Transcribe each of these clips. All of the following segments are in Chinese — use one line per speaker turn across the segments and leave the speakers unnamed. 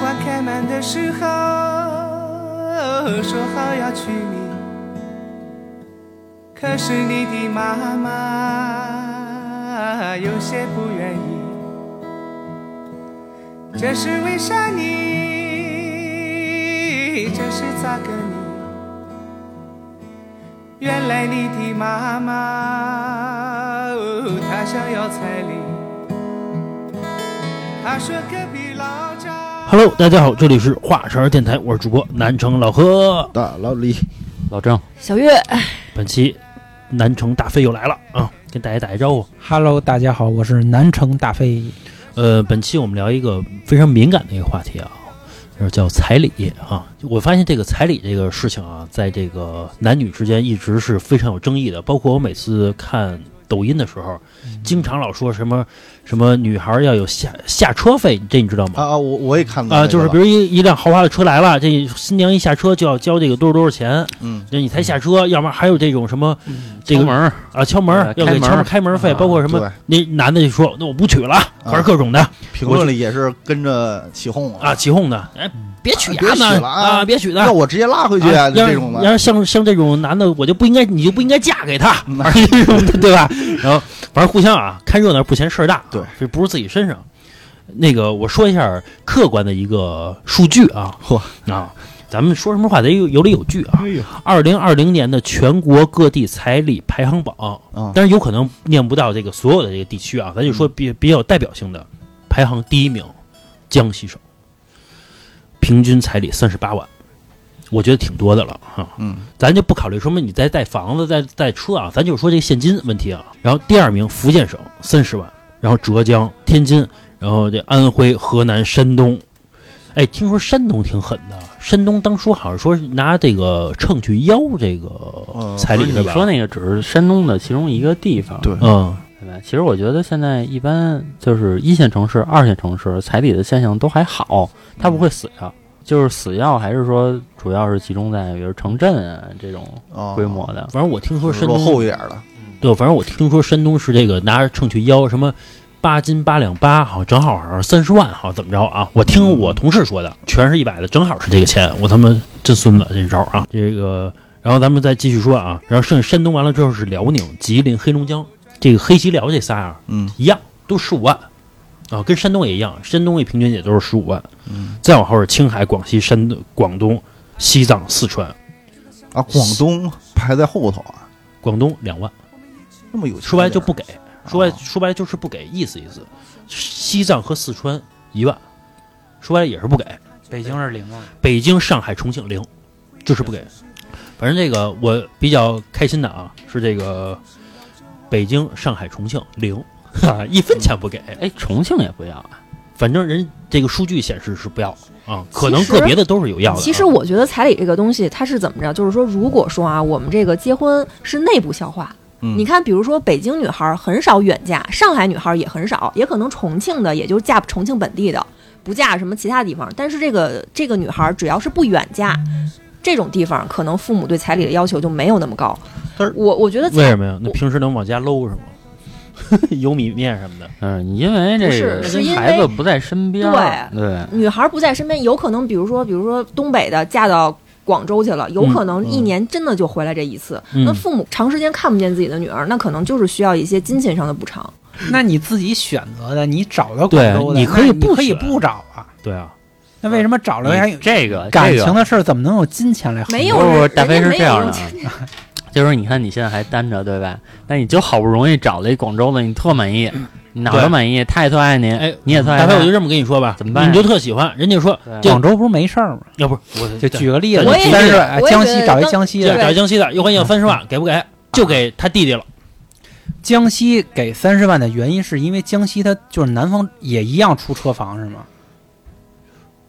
花开满的时候，说好要娶你，可是你的妈妈有些不愿意，这是为啥你？这是咋个你？原来你的妈妈哦她想要彩礼，她说隔壁老张。
Hello，大家好，这里是华山电台，我是主播南城老何。
大老李，
老郑，
小月，哎
本期南城大飞又来了啊，跟大家打一招呼。
Hello，大家好，我是南城大飞。
呃，本期我们聊一个非常敏感的一个话题啊，就是叫彩礼啊。我发现这个彩礼这个事情啊，在这个男女之间一直是非常有争议的。包括我每次看抖音的时候，经常老说什么什么女孩要有下下车费，这你知道吗？
啊啊，我我也看到
啊、
那个
就是
了
比如一一辆豪华的车来了，这新娘一下车就要交这个多少多少钱，
嗯，
那你才下车，要么还有这种什么这
嗯敲
个
门儿，
啊敲门
呃
要给
开门
敲门开门费，
啊
包括什么
对，啊
那男的就说那我不娶了，还是各种的
评论里也是跟着起哄我
啊起哄的，哎别娶
别
呀
娶
呢
了嗯啊
啊别娶的
那。我直接拉回去
啊
啊，
要
这
是
种
要
的，
是像像这种男的，我就不应该，你就不应该嫁给他，
嗯
而是这种的， 对吧？然后反正互相啊，看热闹不嫌事儿大，
对，
这不是自己身上。那个我说一下客观的一个数据啊，
嚯哎
啊，咱们说什么话得有有理有据啊。
呦
二零二零年的全国各地彩礼排行榜，
啊
但是有可能念不到这个所有的这个地区啊，咱就说
嗯
比比较有代表性的，排行第一名，江西省，平均彩礼三十八万，我觉得挺多的了哈、
嗯，
咱就不考虑什么你再带房子、再带车啊，咱就说这个现金问题啊。然后第二名福建省三十万，然后浙江、天津，然后这安徽、河南、山东。哎，听说山东挺狠的，山东当初好像说是拿这个秤去要这个
哦
彩
不
礼
是
的
你
吧？
说那个只是山东的其中一个地方，
对
嗯，
对吧？其实我觉得现在一般就是一线城市、二线城市彩礼的现象都还好，它不会死掉。就是死要还是说主要是集中在比如城镇啊这种
哦
规模的，
反正我听说
就是
山
落
东
后一点的，
对，反正我听说山东是这个拿着秤去要什么八斤八两八，好像正好好像三十万，好像怎么着啊？我听我同事说的，全是一百的，正好是这个钱，我他妈真孙子这招啊！这个，然后咱们再继续说啊，然后剩下山东完了之后是辽宁、吉林、黑龙江，这个黑吉辽这仨啊
嗯
一样，都十五万。啊，跟山东也一样，山东也平均也都是十五万，再往后是青海、广西、山东、广东、西藏、四川、
啊，广东排在后头啊，
广东两万，
那么有钱
说白了就不
点儿啊
给，说白
啊
哦
说白了就是不给，意思意思。西藏和四川一万，说白了也是不给。
北京是零啊，
北京、上海、重庆零，就是不给。反正这个我比较开心的啊，是这个北京、上海、重庆 零，啊，一分钱不给。
嗯
哎，重庆也不要啊，
反正人这个数据显示是不要啊，可
其
能
实
个别的都是有要的啊。
其实我觉得彩礼这个东西，它是怎么着？就是说，如果说啊，我们这个结婚是内部消化，
嗯
你看，比如说北京女孩儿很少远嫁，上海女孩儿也很少，也可能重庆的也就嫁重庆本地的，不嫁什么其他地方。但是这个这个女孩儿只要是不远嫁，这种地方可能父母对彩礼的要求就没有那么高
但是。
我我觉得彩
为什么呀？那平时能往家搂是吗？ 油米面什么的，
嗯，因为这
不是
个
是因
孩
为
子不在身边儿，对，
女孩不在身边，有可能，比如说，比如说东北的嫁到广州去了，有可能一年真的就回来这一次。
嗯
那父母长时间看不见自己的女儿，那可能就是需要一些金钱上的补偿。
那你自己选择的，你找到广
对
州
你
的，你
可以不
你可以
选
不找啊？
对啊，
那为什么找了还有
这个
感
这个
情的事儿，怎么能用金钱来衡量？
没有
不不
人，
大飞
人家
是
没
这样
有
的啊，就是你看你现在还单着对吧？那你就好不容易找了一广州的，你特满意，你哪儿
对
都满意，他也特爱你，
哎
你也特爱
大
他
飞，我就这么跟你说吧，
怎么办呀
你就特喜欢，人家说
对
这
广州不是没事儿吗？
要不是我
就举个例子，
我也
但
觉
是
得
哎
我也
江
觉
西
得
找一
当
江西
这
的
对，
找江西的又管要三十万，
嗯
给不给？就给他弟弟了。
江西给三十万的原因是因为江西它就是南方也一样出车房是吗？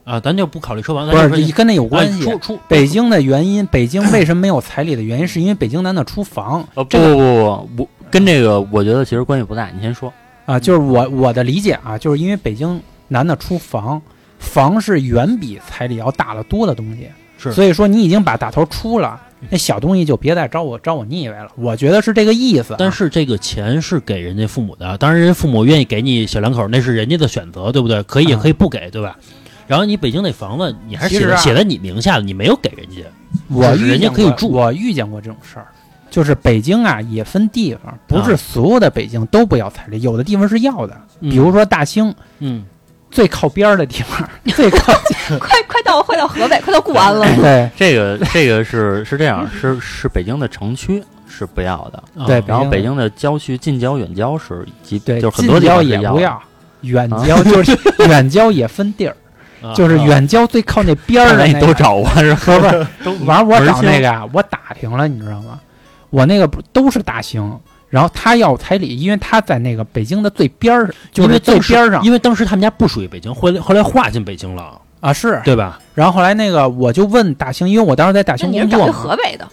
啊，咱就不考虑车房，咱
不
就说
是，跟呃那有关
哎
系
出。出
北京的原因，北京为什么没有彩礼的原因，是因为北京难的出房
呃不
这个
不不不，我跟这个我觉得其实关系不大，你先说。
啊，就是我我的理解啊，就是因为北京难的出房，房是远比彩礼要大得多的东西，
是
所以说你已经把大头出了，那小东西就别再招我招我腻歪了，我觉得是这个意思啊。
但是这个钱是给人家父母的，当然人家父母愿意给你小两口，那是人家的选择，对不对？可以也
啊
可以不给，对吧？然后你北京那房子你还是
其
写
实
在
啊
写在你名下的，你没有给人家。
我
就是
遇
人家
见
可以
过，
住
我遇见过这种事儿，就是北京啊也分地方，不是
啊
所有的北京都不要彩礼，有的地方是要的，比如说大兴
嗯，
最靠边儿的地方，最靠近
快快到快到河北，快到固安了。
对
这 个这个是是这样，是是北京的城区是不要的，
嗯，
对
啊
比
然后北京的郊区近郊远郊是及
对，
就是很多地方
近郊
是
也
要
不
的，
要，远郊就是远郊也分地儿，
啊
就是远郊最靠那边儿
当
的
然
那
你都
个，
找我是吧？
不是不是，
都
完我找那
个
个啊，我打听了，你知道吗？我那个不都是大兴，然后他要彩礼，因为他在那个北京的最边儿，就是最边儿上
因为当时他们家不属于北京，后来后来划进北京了，
啊，是
对吧？。
然后后来那个我就问大兴，因为我当时在大
那
兴
你是
工
找
作
一
嘛，
河北的？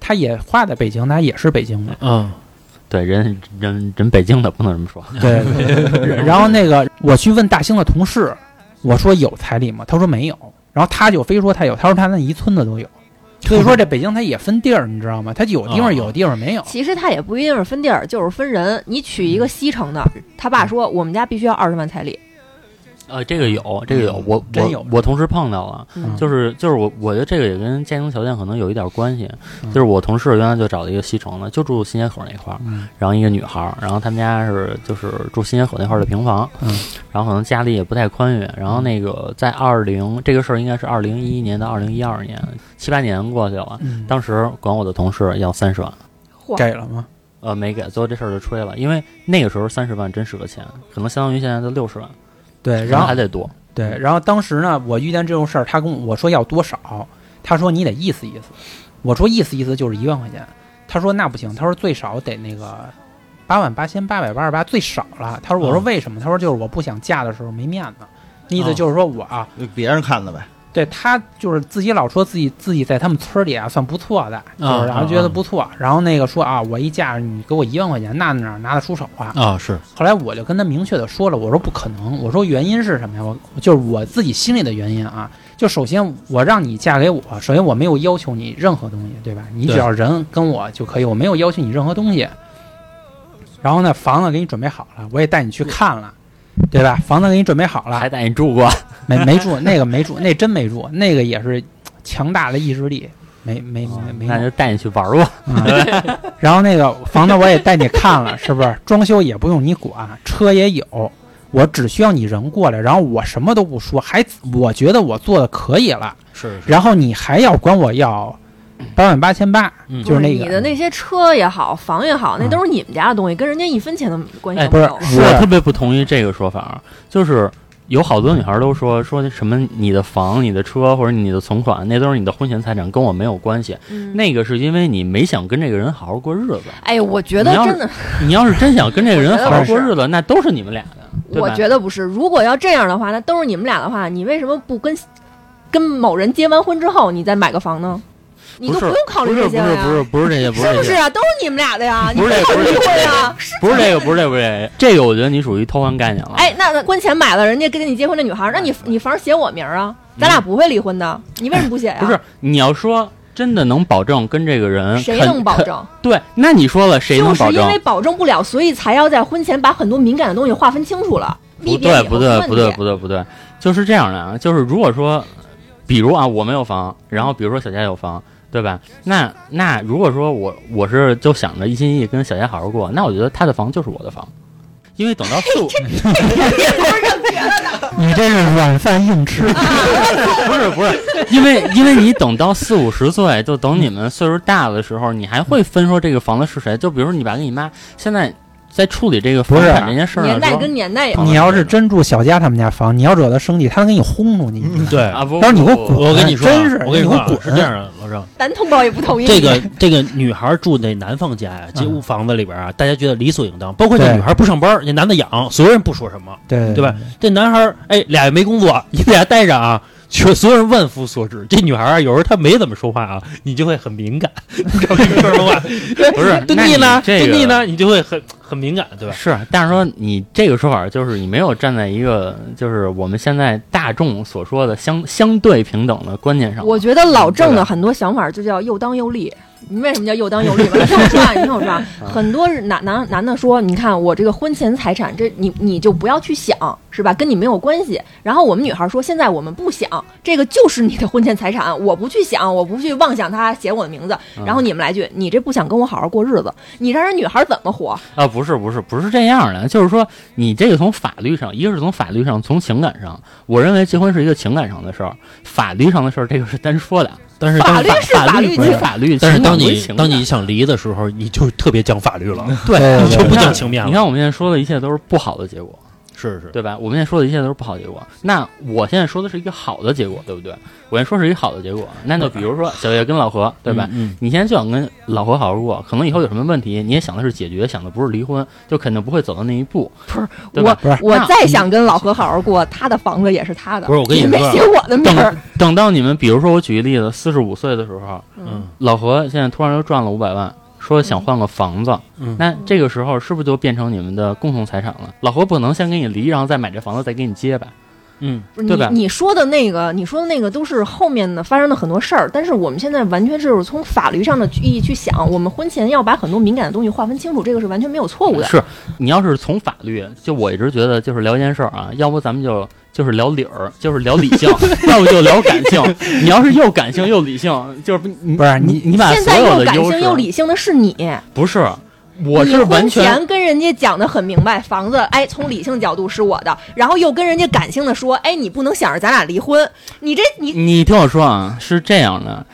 他也画在北京，他也是北京的
嗯，
对，人人人北京的不能这么说，
对，然后那个我去问大兴的同事，我说有彩礼吗？他说没有，然后他就非说他有，他说他那一村子都有。所以说这北京它也分地儿，你知道吗？它有地
哦
方有地方没有。
其实他也不一定是分地儿，就是分人。你娶一个西城的，他爸说我们家必须要二十万彩礼，
呃，这个有，这个嗯有，我
真有
我我同事碰到了，
嗯
就是就是我我觉得这个也跟家庭条件可能有一点关系，
嗯
就是我同事原来就找了一个西城的，就住新街口那块儿，
嗯
然后一个女孩儿，然后他们家是就是住新街口那块儿的平房，
嗯
然后可能家里也不太宽裕，然后那个在二零这个事儿应该是二零一一年到二零一二年七八年过去了，
嗯，
当时管我的同事要三十万，
嚯，
给了吗？
呃，没给，最后这事儿就吹了，因为那个时候三十万真是个钱，可能相当于现在的六十万，
对，
然
然
后还
后
得多，
对，然后当时呢，我遇见这种事儿，他跟我说要多少，他说你得意思意思，我说意思意思就是一万块钱，他说那不行，他说最少得那个八万八千八百八十八最少了，他说我说
嗯
为什么？他说就是我不想嫁的时候没面子，那意思
哦
就是说我啊，
别人看的呗。
对他就是自己老说自己自己在他们村儿里啊算不错的，就
啊
是然后
啊
觉得
啊
不错，然后那个说啊，我一嫁你给我一万块钱，那哪儿拿得出手啊？
啊是
后来我就跟他明确的说了，我说不可能，我说原因是什么呀？我就是我自己心里的原因啊。就首先我让你嫁给我，首先我没有要求你任何东西，对吧？你只
对
要人跟我就可以，我没有要求你任何东西。然后呢，房子给你准备好了，我也带你去看了，对 吧？房子给你准备好了
还，带你住 过，
没没住，那个没住，那真没住，那个也是强大的意志力，没没没没
哦那
弄。
就带你去玩儿吧。
啊， 然后那个房子我也带你看了， 是不是？装修也不用你管，车也有，我只需要你人过来，然后我什么都不说，还我觉得我做的可以了，
是
然后你还要管我要八万八千八，
嗯
就是那
你的
个。
那些车也好，房也好，那都是你们家的东西，跟人家一分钱的关系
哎
都没有。
不是
我特别不同意这个说法，啊就是有好多女孩都说说什么你的房、你的车或者你的存款，那都是你的婚前财产，跟我没有关系。
嗯
那个是因为你没想跟这个人好好过日子。
哎，我觉得
你要是
真的，
你要是真想跟这个人好好过日子，那都是你们俩的。对吧
我觉得不是。如果要这样的话，那都是你们俩的话，你为什么不跟跟某人结完婚之后，你再买个房呢？你都
不是
用考虑这些了呀，
不是这些，不
是不是啊？都是你们俩的 呀，你啊
不是
没
这
考虑
不是
过呀？是
不是这个，不是这个，不是这个。 这个我觉得你属于偷换概念了。
哎，那那婚前买了人家跟你结婚的女孩，那
嗯
你你房写我名儿啊？咱俩不会离婚的，你为什么不写呀、
不是，你要说真的能保证跟这个人，
谁
肯
能保？
肯
证？
对，那你说了，谁
就
能
是
保
因
证
为？保证不了，所以才要在婚前把很多敏感的东西划分清楚了。
不
避免以
对，不
后
对，
出
不
问
对，
题
不对，不对，就是这样的啊。就是如果说，比如啊，我没有房，然后比如说小佳有房，对吧？那那如果说我我是就想着一心一意跟小佳好好过，那我觉得他的房就是我的房，因为等到 四五
你这是软饭硬吃，
不是不是，因为因为你等到四五十岁，就等你们岁数大的时候，你还会分说这个房子是谁。就比如说你爸跟你妈现在在处理这个房
不是
产这件事儿
年
的时
代
候
跟年代有
好
关。
你要是真住小佳他们家房，你要惹他生气，他能给你轰出去。你知道吗
对
啊，不，
当时你给我
不
滚
我跟你说啊，
真是
我跟你说啊
你给我滚
是这样的，老郑。
咱同胞也不同意
这个这个女孩住那男方家呀，这
嗯
屋房子里边啊，大家觉得理所应当。包括那
对
女孩不上班，那男的养，所有人不说什么，
对
对吧？？这男孩儿哎，俩月没工作， 你俩待着啊，全所有人万夫所指。这女孩儿啊有时候她没怎么说话啊，你就会很敏感， 你知道这个事儿 吗？
不是
蹲
那
地
你
呢，
这个
蹲地呢，你就会很很敏感，对吧？
是，但是说你这个说法就是你没有站在一个就是我们现在大众所说的相相对平等的观念上。
我觉得老郑的很多想法就叫又当又立，你为什么叫又当又立吧？你听我说啊，你听我说啊，很多人男男男的说，你看我这个婚前财产，这你你就不要去想，是吧？跟你没有关系。然后我们女孩说，现在我们不想，这个就是你的婚前财产，我不去想，我不去妄想它写我的名字。然后你们来句，你这不想跟我好好过日子，你让人女孩怎么活？
啊，不是不是不是这样的，就是说你这个从法律上，一个是从法律上，从情感上，我认为结婚是一个情感上的事儿，法律上的事儿这个是单说的，
但是
法
当
律是
法
法
律
律
归
情
法律，
但是
情感
当
归
你
情
当
感
你想离的时候，你就特别讲法律了，
对
嗯你就嗯不
对
讲情面了。
你看我们现在说的一切都是不好的结果，
是是，
对吧？我们现在说的一切都是不好的结果。那我现在说的是一个好的结果，对不对？我现在说是一个好的结果。那就比如说小月跟老何，对吧？
嗯，
你现在就想跟老何好好过，可能以后有什么问题，你也想的是解决，想的不是离婚，就肯定不会走到那一步。
不是
对
我
吧
不是
我
那
再想跟老何好好过，他的房子也是他的，
不是我跟你
也没
说啊
写我的名儿
等。等到你们，比如说我举个例子，四十五岁的时候，
嗯
老何现在突然就赚了五百万，说想换个房子，
嗯
那这个时候是不是就变成你们的共同财产了？老何不能先跟你离，然后再买这房子再给你接吧？
嗯，
不是
对吧
你你说的那个，你说的那个都是后面的发生的很多事儿，但是我们现在完全就是从法律上的意义去想，我们婚前要把很多敏感的东西划分清楚，这个是完全没有错误的。
是你要是从法律，就我一直觉得就是聊一件事儿啊，要不咱们就就是聊理儿，就是聊理 性，要不就聊感性。你要是又感性又理性，就是不你
不是
你
你
你把
现
所
在
有
又
的
感
优
性又
势
理性的是你，
不是，我是
你
完
婚
全
前跟人家讲的很明白，房子哎从理性角度是我的，然后又跟人家感性的说，哎你不能想着咱俩离婚，你这你
你听我说啊，是这样的，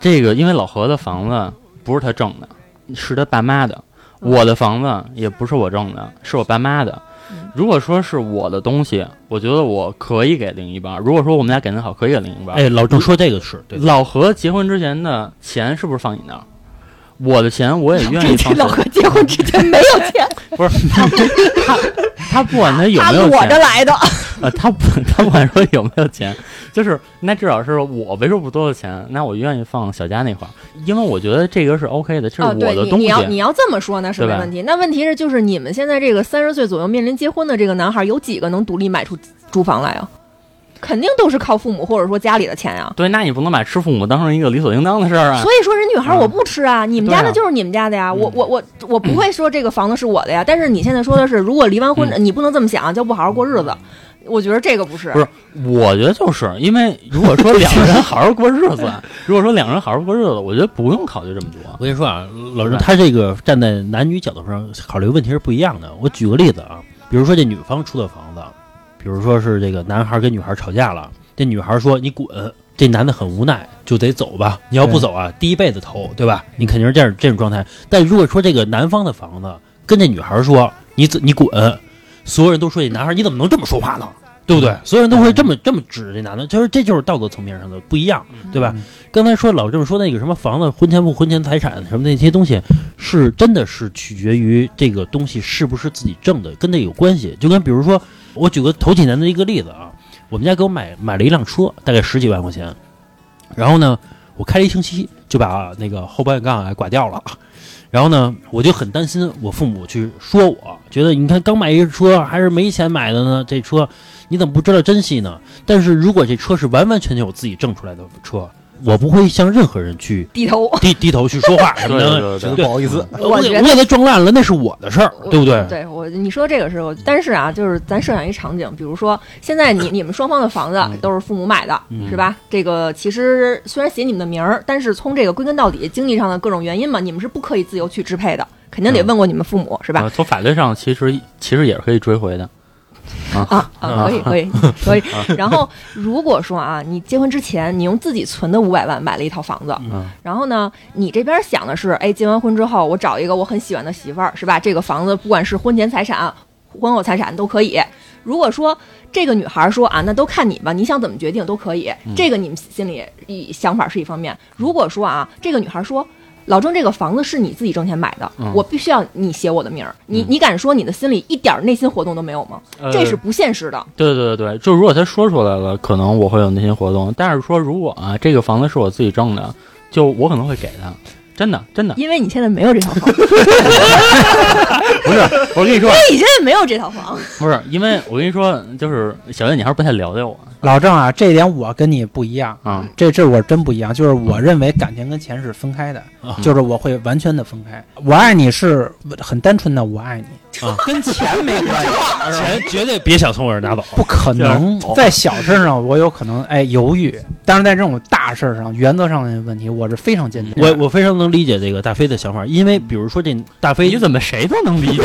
这个因为老何的房子不是他挣的，是他爸妈的；
嗯
我的房子也不是我挣的，是我爸妈的。
嗯
如果说是我的东西，我觉得我可以给另一半。如果说我们俩感情好，可以给另一半。
哎，老郑说这个是对的，
老何结婚之前的钱是不是放你那儿？我的钱我也愿 意
这
放
老
手
何，结婚之前没有钱，
不是他他他不管 他有
他
没有
裸着
钱，
来的，
呃，他不 他不管说有没有钱，就是那至少是我为数不多的钱，那我愿意放小家那块儿，因为我觉得这个是 OK 的，这是
哦，
我
对
的
你
东
你
西。
要你要这么说那是
对
没
吧
问题。那问题是就是你们现在这个三十岁左右面临结婚的这个男孩，有几个能独立买出住房来啊？肯定都是靠父母或者说家里的钱呀、
对，那你不能把吃父母当成一个理所应当的事儿啊。
所以说，人女孩
嗯
我不吃啊，你们家
对
的
啊
就是你们家的呀，我我我我不会说这个房子是我的呀。但是你现在说的是，如果离完婚，你不能这么想，就不好好过日子。我觉得这个不是
嗯不是，我觉得就是因为如果说两个人好好过日子，啊 如果说两个人好好过日子，我觉得不用考虑这么多。
我跟你说啊，老郑
对吧
他这个站在男女角度上考虑问题是不一样的。我举个例子啊，比如说这女方出的房子，比如说是这个男孩跟女孩吵架了，这女孩说你滚，这男的很无奈，就得走吧。你要不走啊，第一辈子头，对吧？你肯定是这样这种状态。但如果说这个男方的房子跟这女孩说你走你滚，所有人都说这男孩你怎么能这么说话呢？对不对？所有人都会这么这么指这男的，就是这就是道德层面上的不一样，对吧？刚才说老郑说那个什么房子婚前不婚前财产什么那些东西，是真的是取决于这个东西是不是自己挣的，跟这有关系。就跟比如说，我举个头几年的一个例子啊，我们家给我买买了一辆车，大概十几万块钱，然后呢，我开了一星期就把那个后保险杠给刮掉了。然后呢，我就很担心我父母去说我，觉得你看刚买一车还是没钱买的呢，这车你怎么不知道珍惜呢？但是如果这车是完完全全我自己挣出来的车，我不会向任何人去
低头。
低 低头去说话什么的。
对
真不好意思，
我
我
给
觉
我
得
给他撞烂了，那是我的事儿，对不对？
对我，你说这个是我，但是啊，就是咱设想一场景，比如说现 在你你们双方的房
嗯
子都是父母买的，是吧？这个其实虽然写你们的名儿，但是从这个归根到底，经济上的各种原因嘛，你们是不可以自由去支配的，肯定得
嗯
问过你们父母，是吧？
啊，从法律上其实其实也是可以追回的。
啊啊，可啊以可以可以。然后如果说啊，你结婚之前你用自己存的五百万买了一套房子，
嗯
然后呢，你这边想的是，哎，结完婚之后我找一个我很喜欢的媳妇儿，是吧？这个房子不管是婚前财产、婚后财产都可以。如果说这个女孩说啊，那都看你吧，你想怎么决定都可以，这个你们心里一想法是一方面。如果说啊，这个女孩说。老郑，这个房子是你自己挣钱买的，我必须要你写我的名儿。你你敢说你的心里一点儿内心活动都没有吗？
嗯
这是不现实的。
呃对对对，就如果他说出来了，可能我会有内心活动。但是说如果啊，这个房子是我自己挣的，就我可能会给他。真的真的
因为你现在没有这套房，
不是。我跟你说，
你现在没有这套房，
不是因为我跟你说，就是小月，你还是不太了解我
老郑啊，这点我跟你不一样，
啊。
这这我真不一样，就是我认为感情跟钱是分开的，
啊
就是我会完全的分开。我爱你是很单纯的我爱你，
啊
跟钱没关系，
钱绝对别想从我这儿拿走。
不可能
这样。哦
在小事上我有可能哎犹豫，但是在这种大事上，原则上的问题我是非常坚决。
我我非常能理解这个大飞的想法，因为比如说这大飞
你，怎么谁都能理解？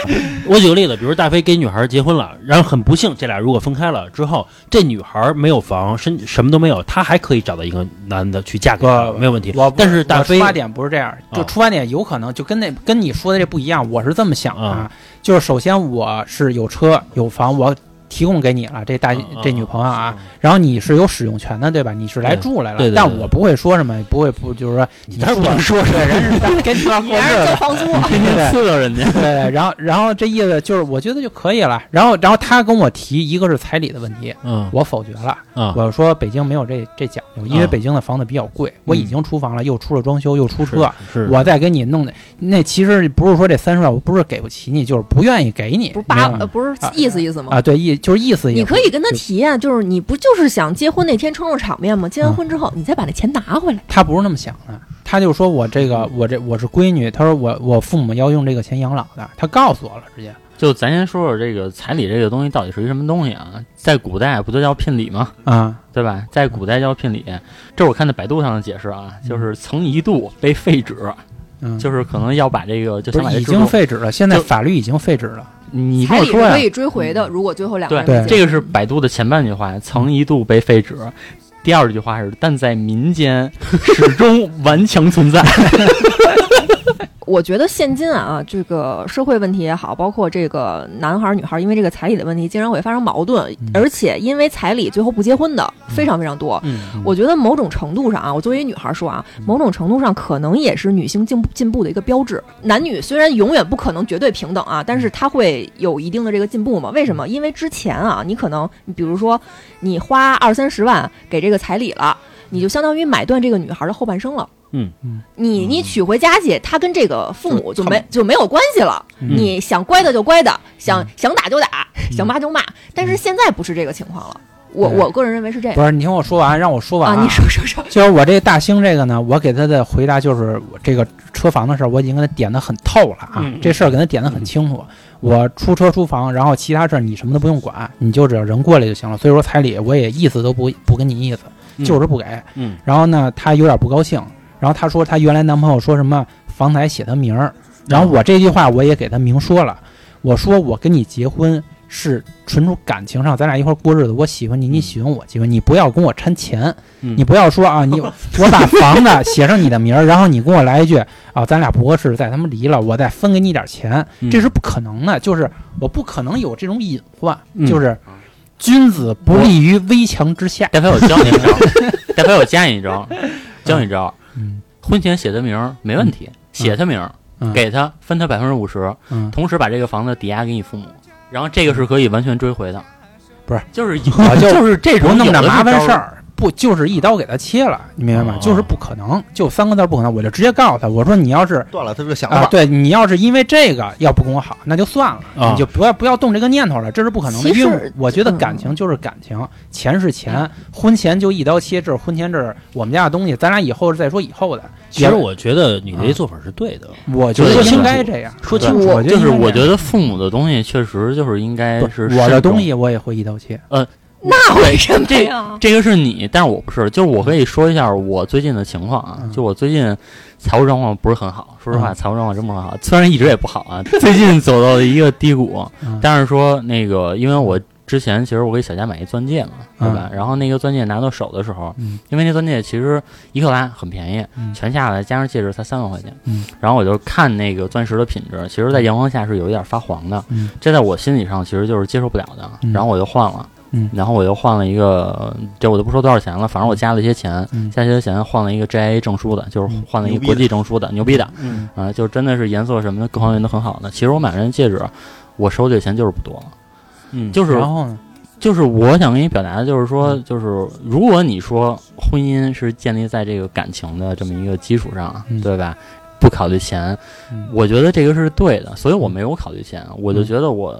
我举个例子，比如大飞跟女孩结婚了，然后很不幸，这俩如果分开了之后，这女孩没有房，身什么都没有，她还可以找到一个男的去嫁给他，
不
没有问题。
我不
但是大
我
飞
出发点不是这样，就
啊
出发点有可能就跟那跟你说的这不一样。我是这么想的
啊，
就是首先我是有车有房，我提供给你了，这大
嗯嗯
这女朋友啊
嗯嗯，
然后你是有使用权的，对吧？你是来住来
对对，
了
对
但我不会说什么，不会不就是说
你这不能说
对，人家 是跟你一块儿
你
过
还
日
是交
子。
房租。
对对对
刺到人家。
对对，然后然后这意思就是，我觉得就可以了。然后然后他跟我提一个是彩礼的问题，
嗯
我否决了。
啊，
我说北京没有这这讲究，因为
啊
北京的房子比较贵，我
嗯
已经出房了，又出了装修，又出车，
是
我再给你弄的那其实不是说这三十万我不是给不起你，就是不愿意给你，
不是
你
八
明白
呃
吗
不是
啊
意思意思吗？
啊，对意就是意思意思。
你可以跟他
就
提呀、就是你不就是想结婚那天撑撑场面吗？结完婚之
嗯
后，你再把那钱拿回来。
他不是那么想的，他就说我这个我这我是闺女，他说我我父母要用这个钱养老的，他告诉我了直接。
就咱先说说这个彩礼这个东西到底是一什么东西啊？在古代不都叫聘礼吗？
啊，
对吧？在古代叫聘礼，这我看在百度上的解释啊，就是曾一度被废止，
嗯，
就是可能要把这个就
不
想把
是
这
已
制
经
度
废止了，现在
就
法律已经废止了。
你跟
彩
我
礼是
说呀
可，以追回的，如果最后两个人
对
没结
这个
婚
是百度的前半句话，曾一度被废止。第二句话是，但在民间始终顽强 存在。
我觉得现今啊，这个社会问题也好，包括这个男孩儿女孩儿因为这个彩礼的问题，经常会发生矛盾，
嗯
而且因为彩礼最后不结婚的非常非常多。
嗯
我觉得某种程度上啊，我作为一女孩儿说啊，
嗯
某种程度上可能也是女性进步进步的一个标志。男女虽然永远不可能绝对平等啊，但
嗯
是它会有一定的这个进步嘛？为什么？因为之前啊，你可能你比如说你花二三十万给这个彩礼了，你就相当于买断这个女孩儿的后半生了。
嗯
嗯，
你你娶回家去，她跟这个父母就
就他
没就没有关系了。
嗯
你想乖的就乖的，想想打就打，想骂就骂。但是现在不是这个情况了。我
嗯对
我个人认为是这样啊
不是，你听我说完，让我说完
啊。你说说说，
就是我这大兴这个呢，我给他的回答就是，我这个车房的事儿我已经给他点的很透了啊，
嗯嗯
这事儿给他点的很清楚。我出车出房，然后其他事儿你什么都不用管，你就只要人过来就行了。所以说彩礼我也意思都不不跟你意思，
嗯
就是不给。
嗯
然后呢，她有点不高兴，然后她说她原来男朋友说什么房才写她名儿，
嗯
然后我这句话我也给她明说了，我说我跟你结婚是纯属感情上，咱俩一块儿过日子，我喜欢你，你喜欢我，喜欢你，不要跟我掺钱，
嗯
你不要说啊，你我把房子写上你的名儿，然后你跟我来一句啊，咱俩不合适，再他妈离了，我再分给你点钱，
嗯
这是不可能的，就是我不可能有这种隐患，
嗯
就是君子不立于危墙之下，
大飞，我教你一招，大飞，我教你一招，教你一招。
嗯
婚前写他名儿没问题，写他名儿，
嗯
给他分他百分之五十，
嗯。
同时把这个房子抵押给你父母，然后这个是可以完全追回的。
不是，
就是有
啊 就
就是这
不
种
弄
有的
点
是
麻烦
招
事儿，不就是一刀给他切了，你明白吗？
哦
就是不可能，就三个字儿不可能，我就直接告诉他，我说你要是
断了他这个想
啊，
法。
对你要是因为这个要不跟我好，那就算了，
啊
你就不要不要动这个念头了，这是不可能的。
其实
因为我觉得感情
嗯
就是感情，钱是钱，婚前就一刀切，这是婚前这是我们家的东西，咱俩以后再说以后的。
其实
也
我觉得你
啊
这做法是对的，啊
我觉得
就是
应该这样，
说
对
清楚
我觉得
就是
应该
我
这
觉
样
得父母的东西确实就是应该
不
是
我的
慎重
东西我也会一刀切，
那为什么
这哦
呀？
这个是你，但是我不是，就是我可以说一下我最近的情况啊，
嗯
就我最近财务状况不是很好，说实话，
嗯
财务状况真不是很好，虽然一直也不好 啊，最近走到了一个低谷，啊
嗯
但是说那个，因为我之前其实我给小佳买一钻戒嘛，对吧？然后那个钻戒拿到手的时候，
嗯
因为那钻戒其实一克拉很便宜，
嗯
全下来加上戒指才三万块钱，
嗯
然后我就看那个钻石的品质，其实在阳光下是有一点发黄的，
嗯
这在我心理上其实就是接受不了的，
嗯
然后我就换了，
嗯
然后我又换了一个，这我就不说多少钱了，反正我加了一些钱，
嗯
加了一些钱换了一个 GIA 证书的，就是
嗯
换了一
牛
个
逼
国
的
际证书的，牛逼的，
嗯
啊、就真的是颜色什么的各方面都很好的。其实我买那戒指，我收的钱就是不多，
嗯，
就是
然后呢，
就是我想跟你表达的就是说，就是如果你说婚姻是建立在这个感情的这么一个基础上，
嗯
对吧？不考虑钱，
嗯
我觉得这个是对的，所以我没有考虑钱，我就觉得我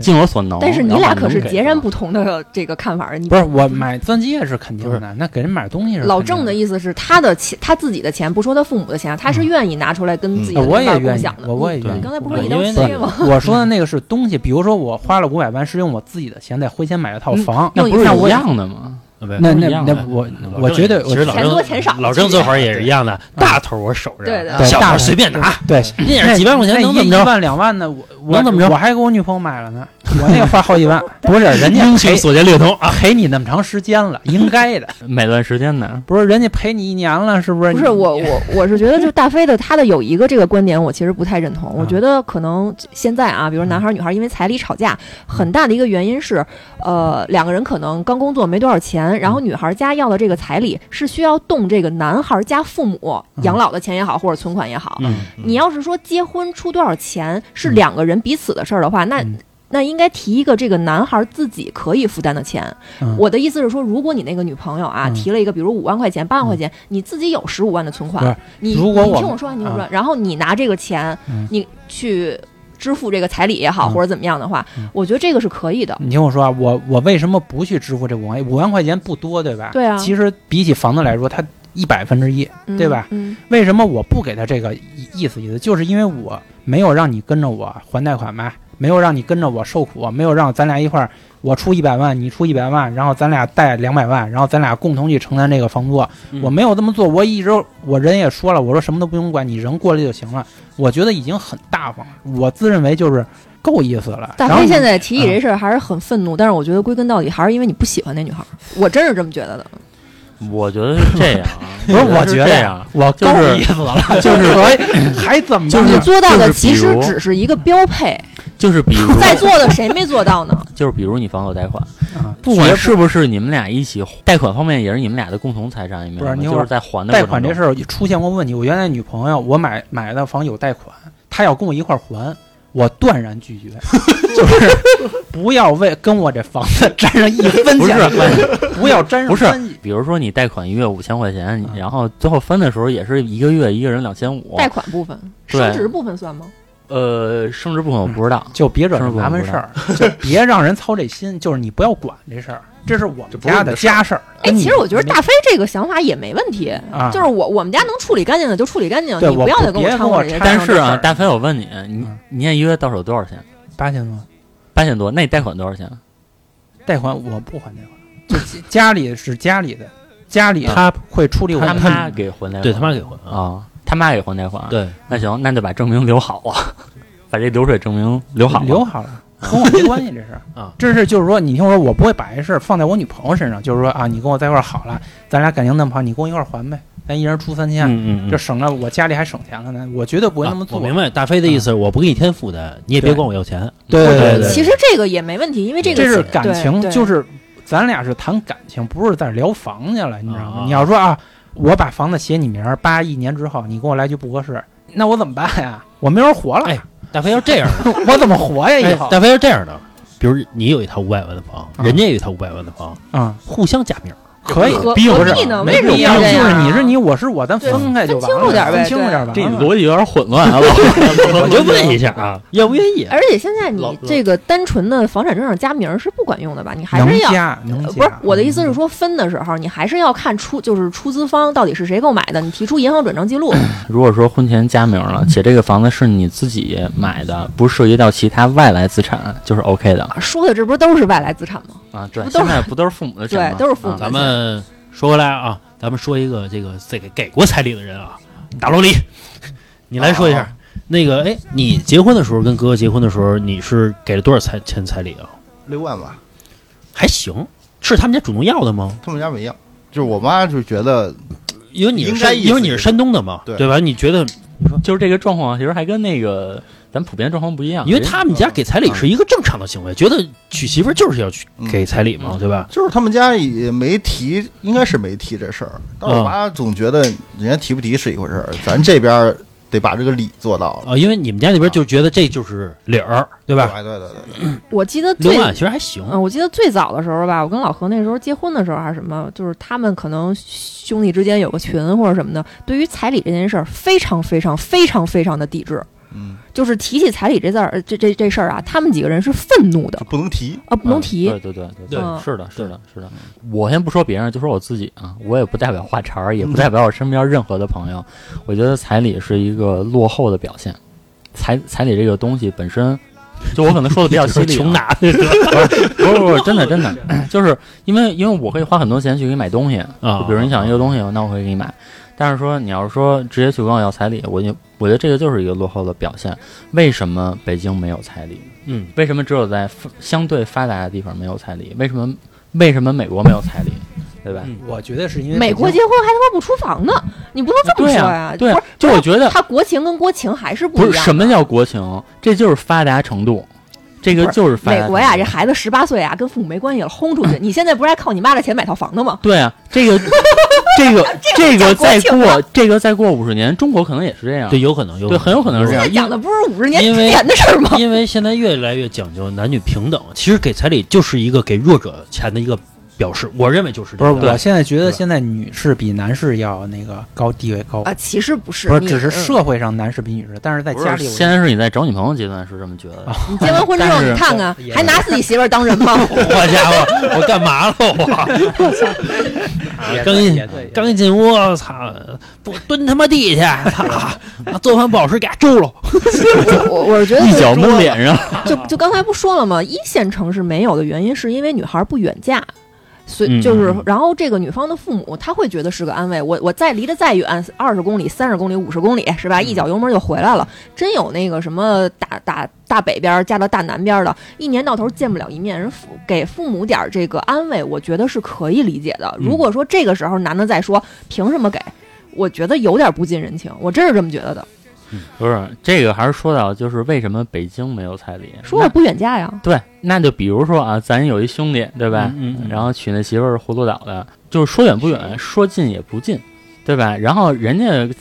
尽我所能。
但是你
然后把
俩可是
能给
截然
他
不同的这个看法儿。你
不是我买钻戒是肯定
不
的，那给人买东西是
老
肯定
郑的意思是，他的钱，他自己的钱，不说他父母的钱，他是愿意拿出来跟自己的
嗯我
同
也
伴
愿
共
意
享的。
我我也
你
愿意
你刚才不
我
是一
因
刀
为那
切
个
吗？
我说的那个是东西，比如说我花了五百万是用我自己的钱再挥钱买了套房，
那
用
不
一
是
份
一
我
样的吗？
那
不一
那
样
那
的
我
老郑
我觉得
其实
我
老
钱多钱少
郑老郑做法也是一样的，大头我守着，
对对
对
小
大
头
头
随便拿，
对
那点几万块钱
那
能
一
怎么
一
着？
万两万的，我我
能怎么着
我还给我女朋友买了呢，我那个花好几万， 不是人家
英雄
陪
所见略同啊！
陪你那么长时间了，应该的，
每段时间呢？
不是人家陪你一年了，是不是？
不是我，我我是觉得，就大飞的他的有一个这个观点，我其实不太认同。我觉得可能现在啊，比如男孩儿女孩儿因为彩礼吵架，很大的一个原因是，呃，两个人可能刚工作没多少钱，然后女孩儿家要的这个彩礼是需要动这个男孩儿家父母养老的钱也好，或者存款也好。
嗯，
你要是说结婚出多少钱是两个人彼此的事儿的话，那
嗯
那应该提一个这个男孩自己可以负担的钱。
嗯
我的意思是说，如果你那个女朋友啊
嗯
提了一个，比如五万块钱、八万块钱，你自己有十五万的存
不
款
是，
你
如果
你
我
听我说完，你听我说完，然后你拿这个钱
嗯，
你去支付这个彩礼也好，
嗯
或者怎么样的话
嗯，
我觉得这个是可以的。
你听我说啊，我我为什么不去支付这五万？五万块钱不多，对吧？
对啊
其实比起房子来说，它一百分之一。
嗯
对吧？
嗯，
为什么我不给他这个意意思意思？就是因为我没有让你跟着我还贷款吧，没有让你跟着我受苦，没有让咱俩一块儿，我出一百万，你出一百万，然后咱俩贷两百万，然后咱俩共同去承担这个房租。
嗯
我没有这么做，我一直我人也说了，我说什么都不用管，你人过来就行了。我觉得已经很大方了，我自认为就是够意思了。
大
然后嗯
飞现在提起这事儿还是很愤怒，但是我觉得归根到底还是因为你不喜欢那女孩儿，我真是这么觉得的。
我觉得是这样啊，
不是，我
我
觉
是这
得
样，
我
就
够
是
意思了， 就是可以，还怎么着
就是
你做到的
就是
其实
比如
只是一个标配，
就是比如
在座的谁没做到呢？
就是比如你房有贷款，
啊
不管是不是你们俩一起贷款方面也是你们俩的共同财产，你明白
不
吗？
是你
就是在还的
贷款这事
儿，
儿出现过问题。我原来女朋友，我买买的房有贷款，她要跟我一块儿还，我断然拒绝， 就是不要为跟我这房子沾上一分
不
钱的
是
关系，不要沾上
不是
关系。
比如说你贷款一月五千块钱，你
啊
然后最后分的时候也是一个月一个人两千五
贷，款部分、
对
升值部分算吗？
呃，升值部分我不知道，
就别惹这
是不是
麻烦事儿，就别让人操这心，就是你不要管这事儿，这是我们
这不是
家
你的事儿
家事儿。
哎，
跟
其
你
实我觉得
没
大飞这个想法也没问题，
啊，
就是我我们家能处理干净的就处理干净，
对
你
我
不要
不
再跟
别
掺
跟
和
我
这些
掺
事儿了。
上这
但是
事
啊，
儿
大飞，我问你，你
嗯
你一个月到手多少钱？
八千多
八千多，那你贷款多少钱？
贷款我不还贷款，就家家里是家里的，家里
他
会处理我
他
的
妈给还贷款，
对他妈给还啊，
啊，他妈给还贷款，，
对，
那行，那就把证明留好啊， 把这流水证明留好啊，
留好了，跟我没关系，这是
啊
这是就是说，你听我说，我不会把这事儿放在我女朋友身上，就是说啊，你跟我在一块儿好了，咱俩感情那么好，你跟我一块儿还呗，咱一人出三千，
嗯嗯
这省了我家里还省钱了呢，我绝对不会那么
啊
做。
我明白大飞的意思，我不给你添负担，你也别
对
管我要钱。
对
对对对
其实这个也没问题，因为这个
这是
对
感情，
对
就是咱俩是谈感情，不是在聊房去了，你知道
啊
吗？你要说啊，我把房子写你名儿，八一年之后你跟我来句不合适，那我怎么办呀？我没法活了，
哎大飞要这样的，
我怎么活呀？以
哎
后
大飞要这样的，比如你有一套五百万的房，
啊
人家也有一套五百万的房，
啊，
互相加名 儿，
可以。
何
逼我
何
是
必呢？
没
为什么
必
要
要
这
就
样
是
啊？
你是你，我是我，咱
对
分开就完了，
分清楚点儿呗
分清楚点儿吧。嗯
这逻辑有点混乱啊，老
我就问一下啊，愿不愿意？
而且现在
老
你这个单纯的房产证上加名儿是不管用的吧？你还是
能
要
加能
呃
加，嗯
不是我的意思是说，分的时候你还是要看出就是出资方到底是谁购买的，你提出银行转账 记录。 啊
如果说婚前加名了，且这个房子是你自己买的，不涉及到其他外来资产，就是 OK 的
说的这不都是外来资产吗？
啊。对
不都
现
是
在不都是父母的钱吗？
对都是父母
啊
的
咱们说回来啊，咱们说一个这个这个给过彩礼的人啊，大老李， 你来说一下、那个哎，你结婚的时候跟哥哥结婚的时候，你是给了多少彩钱彩礼啊？
六万吧，
还行，是他们家主动要的吗？
他们家没要，就是我妈就觉得
因为你是
应该
山
意思
因为你是山东的嘛，
对
对吧？你觉得，
就是这个状况，其实还跟那个咱普遍状况不一样，
因为他们家给彩礼是一个正常的行为，觉得娶媳妇儿就是要去
嗯
给彩礼嘛，对吧？
就是他们家也没提，
嗯
应该是没提这事儿。但我妈总觉得人家提不提是一回事儿，咱这边儿得把这个理做到了，
啊，因为你们家那边就觉得这就是理儿，对吧？
对对对对对，
我记得
六
最
万其实还行，
嗯，我记得最早的时候吧，我跟老何那时候结婚的时候还是什么，就是他们可能兄弟之间有个群或者什么的，对于彩礼这件事儿非常非常非常非常的抵制，
嗯，
就是提起彩礼这字儿，这这这事儿啊，他们几个人是愤怒的
就不能提，
啊，不能提。
嗯对对对对
嗯
是的，是的，是的。我先不说别人，就说我自己啊，我也不代表话茬儿，也不代表我身边任何的朋友。我觉得彩礼是一个落后的表现，彩彩礼这个东西本身， 就我可能说的比较犀利、啊，
穷拿那个
不是不是， 真的真的，就是因为因为我可以花很多钱去给你买东西，
啊
就 比如你想一个东西，那我可以给你买。但是说你要是说直接去管我要彩礼，我就我觉得这个就是一个落后的表现。为什么北京没有彩礼？
嗯，
为什么只有在发相对发达的地方没有彩礼？为什么为什么美国没有彩礼？对吧？
嗯
我觉得是因为
美国
北
结
京
婚还他妈不出房呢，你不能这么
对
说
呀、
呀！
对呀、
不是
就我觉得
他国情跟国情还是不
不
一样
是
的。
什么叫国情，这就是发达程度，这个
不是
就是发达
美
程度。
国呀？这孩子十八岁啊，跟父母没关系了，轰出去！你现在不是还靠你妈的钱买套房呢吗？
对啊，这个这个这个 再
这个
过这个再过五十年，中国可能也是这
啊
样。
对，有可能，有
对很有可能是这样
那讲的不是五十年
因为
前的事儿吗？
因为现在越来越讲究男女平等，其实给彩礼就是一个给弱者钱的一个表示，我认为就是
不是，
这个
我现在觉
对
得
吧
现在女士比男士要那个高地位高，
啊，其实不是，
不是，
你
只是
嗯
社会上男士比女士，但是在
不
家
是，
里我
现在是你在找女朋友阶段是这么觉得的，
你结完婚之后，
但是
你看看
也
还拿自己媳妇儿当人吗？
好家伙， 我干嘛了我？
也
刚
对
一
也对
刚一进屋，操，不蹲他妈地去，操，做饭不好吃给他猪了。
我我是觉得
一
就是
脚
说
蒙脸上。
就就刚才不说了吗？一线城市没有的原因是因为女孩不远嫁，所以
嗯
就是
嗯嗯，
然后这个女方的父母他会觉得是个安慰。我我再离得再远，二十公里、三十公里、五十公里是吧？一
嗯
脚油门就回来了。真有那个什么大大大北边儿嫁到大南边儿的，一年到头见不了一面，人父给父母点儿这个安慰，我觉得是可以理解的。
嗯
如果说这个时候男的再说凭什么给，我觉得有点不近人情，我真是这么觉得的。
不是这个，还是说到就是为什么北京没有彩礼？
说
那
了不远嫁呀，
对，那就比如说啊，咱有一兄弟，对吧？
嗯嗯嗯
然后娶那媳妇儿是葫芦岛的，就是说远不远，说近也不近，对吧？然后人家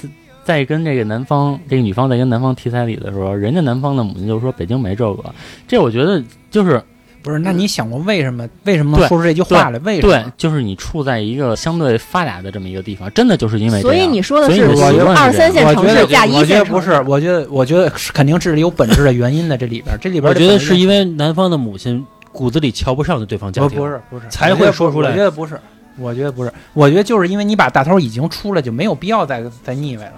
在跟这个男方，这个女方在跟男方提彩礼的时候，人家男方的母亲就说北京没这个，这我觉得就是
不是，那你想过为什么为什么
对
能说出这句话来？为什
对
么？，
就是你处在一个相对发达的这么一个地方，真的就是因为这
所以
样
你说的
所以
是
你的习惯
二
是这
三
样
线
我
城
觉
市
得
嫁一
我觉
线
得
城
不
市
是，我觉得我觉得是肯定是有本质的原因的，这里边儿这里边
我
儿的
觉得
本质
是因为男方的母亲骨子里瞧不上对方家
不
庭，
不是不是
才
我觉得
会说
不
出来
我觉得不是，我觉得不是，我觉得就是因为你把大头已经出来，就没有必要再再腻歪了。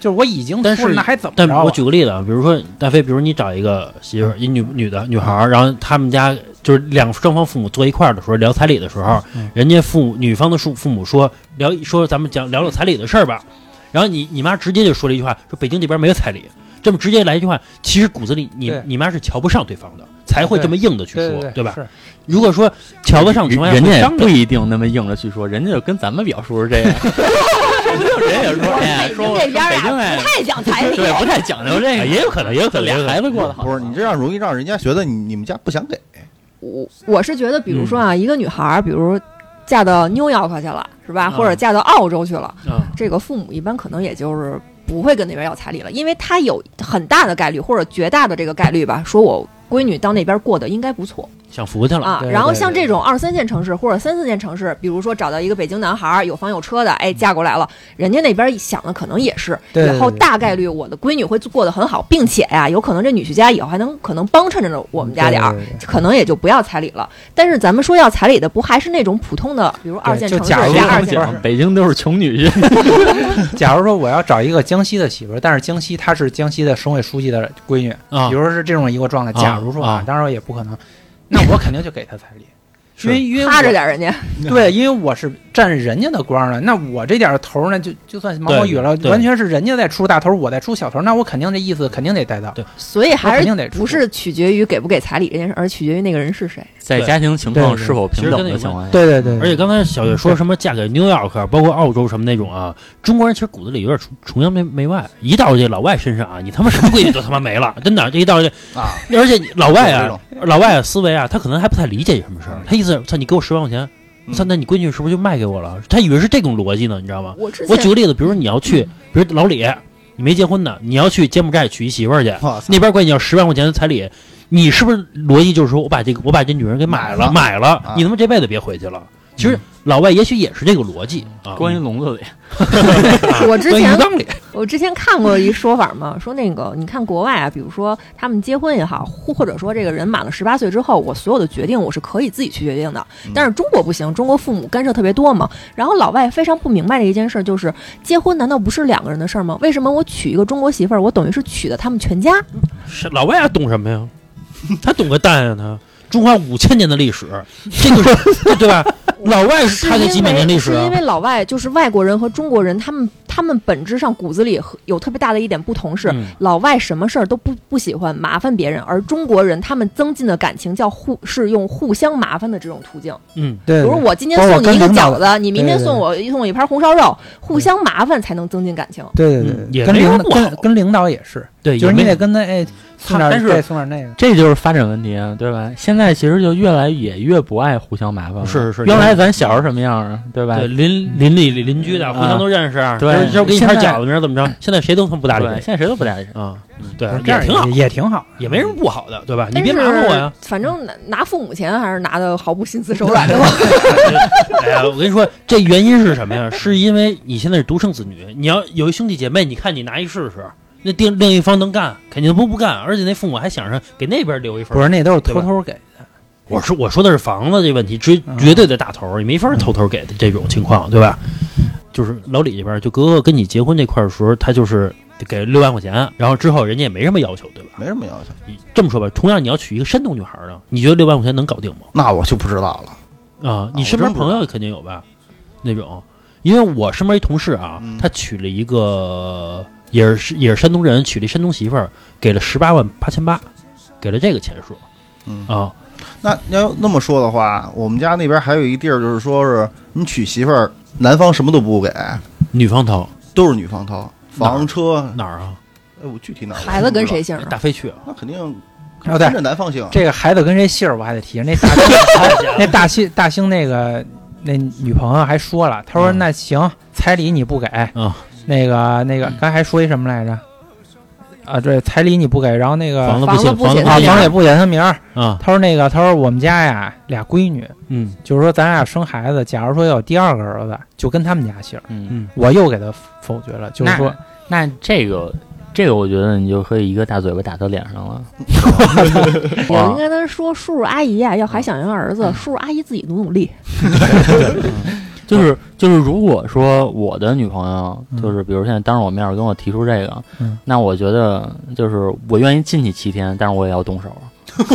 就是我已经
但
出
是
了，那还怎么着
但
啊？
我举个例子啊，比如说大飞，比如你找一个媳妇儿，一女女的女孩儿，然后他们家就是两双方父母坐一块儿的时候聊彩礼的时候，
嗯
人家父母女方的父父母说聊说咱们讲聊聊彩礼的事儿吧，然后你你妈直接就说了一句话，说北京这边没有彩礼，这么直接来一句话，其实骨子里你
对
你妈是瞧不上对方的，才会这么硬的去
对
说，
对对
吧？
是
如果说瞧得上的情况下，
人家
会
也
商
不
量。
一定那么硬着去说，人家就跟咱们表述是这样， 人也说 哎呀，
北
说
京
我
这边
北京
啊，
哎
不，太讲彩礼。
对，不太讲究这
啊
个，
也有可 能，也有可能，也有可
俩
能
孩子过得好，
不是你这样容易让人家觉得你你们家不想给，
我我是觉得，比如说
嗯
啊，一个女孩儿，比如嫁到 New York 去了，是吧？
嗯
或者嫁到澳洲去了，
啊
这个父母一般可能也就是不会跟那边要彩礼了，因为他有很大的概率，或者绝大的这个概率吧，说我闺女到那边过得应该不错
享福
嗯
去了。
啊。
对
然后
对
像
对
这种二三线城市或者三四线城市，比如说找到一个北京男孩儿有房有车的，
嗯
哎，嫁过来了，人家那边想的可能也是，
对对
以后
对
大概率我的闺女会过得很好，并且呀、有可能这女婿家以后还能可能帮衬着我们家点儿
对对对，
可能也就不要彩礼了。但是咱们说要彩礼的，不还是那种普通的，比如二线
就
城市
假如
加
说
二
二
线城市
讲，北京都是穷女婿，
假如说我要找一个江西的媳妇儿，但是江西她是江西的省委书记的闺女，
啊
比如说是这种一个状态。
啊
假如说
啊
当然也不可能，那我肯定就给她彩礼，
是
因为因为
趴着
我
点儿人家，
对，因为我是占人家的光儿了，那我这点儿头儿呢，就就算毛毛雨了
对，对
完全是人家在出大头儿，我在出小头儿，那我肯定这意思肯定得带到
对。
所以还
肯
是
定得出
不是取决于给不给彩礼这件事，而取决于那个人是谁。
在家庭情况是否平等的情况下，
对对对，
嗯
而且刚才小月说什么嫁给 New York，包啊括澳洲什么那种啊，中国人其实骨子里有点崇崇洋媚媚外，一到这老外身上啊，你他妈什么规矩都他妈没了，真的，这一到这
啊，
而且老外
有这
啊
种，
老外啊思维啊，他可能还不太理解什么事儿，他意思是，操，你给我十万块钱，
嗯
操，那你闺女是不是就卖给我了？他以为是这种逻辑呢，你知道吗？
我之
我举
前
个例子，比如你要去，比如老李，你没结婚呢，你要去柬埔寨娶一媳妇儿去，
哇塞
那边管你要十万块钱的彩礼，你是不是逻辑就是说我把这个我把这女人给买了嗯买了，
啊
你他妈这辈子别回去了？其实老外也许也是这个逻辑啊。
关于笼子里，
我之
关于
前
鱼缸里，
我之前看过一说法嘛，说那个你看国外啊，比如说他们结婚也好，或或者说这个人满了十八岁之后，我所有的决定我是可以自己去决定的。
嗯
但是中国不行，中国父母干涉特别多嘛。然后老外非常不明白的一件事就是，结婚难道不是两个人的事儿吗？为什么我娶一个中国媳妇儿，我等于是娶的他们全家？
是老外还懂什么 呀？他懂个蛋呀、他中华五千年的历史，这个是 对吧？老外
是
是他那几百年历史
因为
啊
是因为老外就是外国人和中国人，他们他们本质上骨子里和有特别大的一点不同是，
嗯
老外什么事儿都不不喜欢麻烦别人，而中国人他们增进的感情叫互是用互相麻烦的这种途径。
嗯，
对
比如我今天送你一个饺子，你明天
对对
送我送我一盘红烧肉，互相麻烦才能增进感情。
对
对
对
对嗯
对，
也
跟
没有
领
不好
跟跟领导也是，
对，
就是
也
你
没
得跟他哎送点
他但是
这送点那个，
这就是发展问题啊，对吧？现在其实就越来也越不爱互相麻烦了。
是是是
原来咱小时候什么样啊，对吧？
对邻邻里邻居的
嗯
互相都认识，啊
对
今儿今儿给你
现
盘
在
饺子，明儿怎么着？现在谁都他妈不搭理
对，
你
现在谁都不搭理人。
啊，对
不是，这
也
样
挺好，
也也挺好。
也没什么不好的，对吧？你
但
别
是
麻烦我呀。
反正拿拿父母钱还是拿的毫不心慈手软的吧。
哎呀，我跟你说，这原因是什么呀？是因为你现在是独生子女，你要有一兄弟姐妹，你看你拿一试试，那另另一方能干，肯定不不干，而且那父母还想着给那边留一份
不
儿。
是，那都是
对
偷
吧
偷给。
我说我说的是房子这问题，绝
嗯
绝对的大头，你没法偷偷给的这种情况，对吧？就是老李这边，就哥哥跟你结婚这块儿的时候，他就是给六万块钱，然后之后人家也没什么要求，对吧？
没什么要求，
你这么说吧，同样你要娶一个山东女孩儿呢，你觉得六万块钱能搞定吗？
那我就不知道了。
啊，你
我
身
真
边
不知
朋友
道
肯定有吧？那种，因为我身边一同事啊，
嗯
他娶了一个也是也是山东人，娶了一山东媳妇儿，给了十八万八千八，给了这个钱数
嗯，
啊，
那要那么说的话，我们家那边还有一地儿，就是说是你娶媳妇儿，男方什么都不给，
女方掏
都是女方掏，
哪儿
房车。
哪儿啊？
哎，我具体哪儿
孩子跟谁？姓
大
啊？
飞去啊，
我真不知道那肯定
哦，对
跟，着男方姓。
这个孩子跟谁姓儿我还得提着。那 大那大兴大兴那个那女朋友还说了，她说
嗯
那行，彩礼你不给，
嗯
那个那个刚才说一什么来着？啊，对，彩礼你不给，然后那个
房子不
房子
行，
不
房子
写
啊，
字
房子也不写他名儿。
啊，
她说那个，她说我们家呀俩闺女，
嗯
就是说咱俩生孩子，假如说有第二个儿子，就跟他们家姓儿。
嗯
嗯，
我又给他否决了，就是说，
那这个这个，我觉得你就可以一个大嘴巴打到脸上 了。
我应该跟他说叔叔阿姨啊，要还想要儿
嗯
子，叔叔阿姨自己努努 力。
就是就是，如果说我的女朋友
嗯
就是，比如现在当着我面儿跟我提出这个，
嗯
那我觉得就是我愿意进去七天，但是我也要 动手。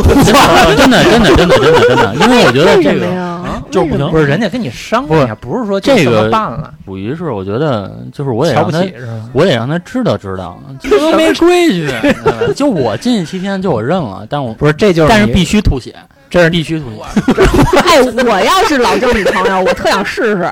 真的真的真的真的真的，因为我觉得
为什
这
么
个
呀？
就是
为
不
什么
行
啊不是人家跟你商量呀，不是说就
这
么
个
办了，
属于是我觉得就是我得
瞧
让
不
他
起，是吧？
我得让他知道知道，这都没规矩。对吧就我进去七天，就我认了，但我
不是，这就是
但是
你
必须吐血，
这是
必须吐血。
哎，我要是老郑女朋友，我特想试 试，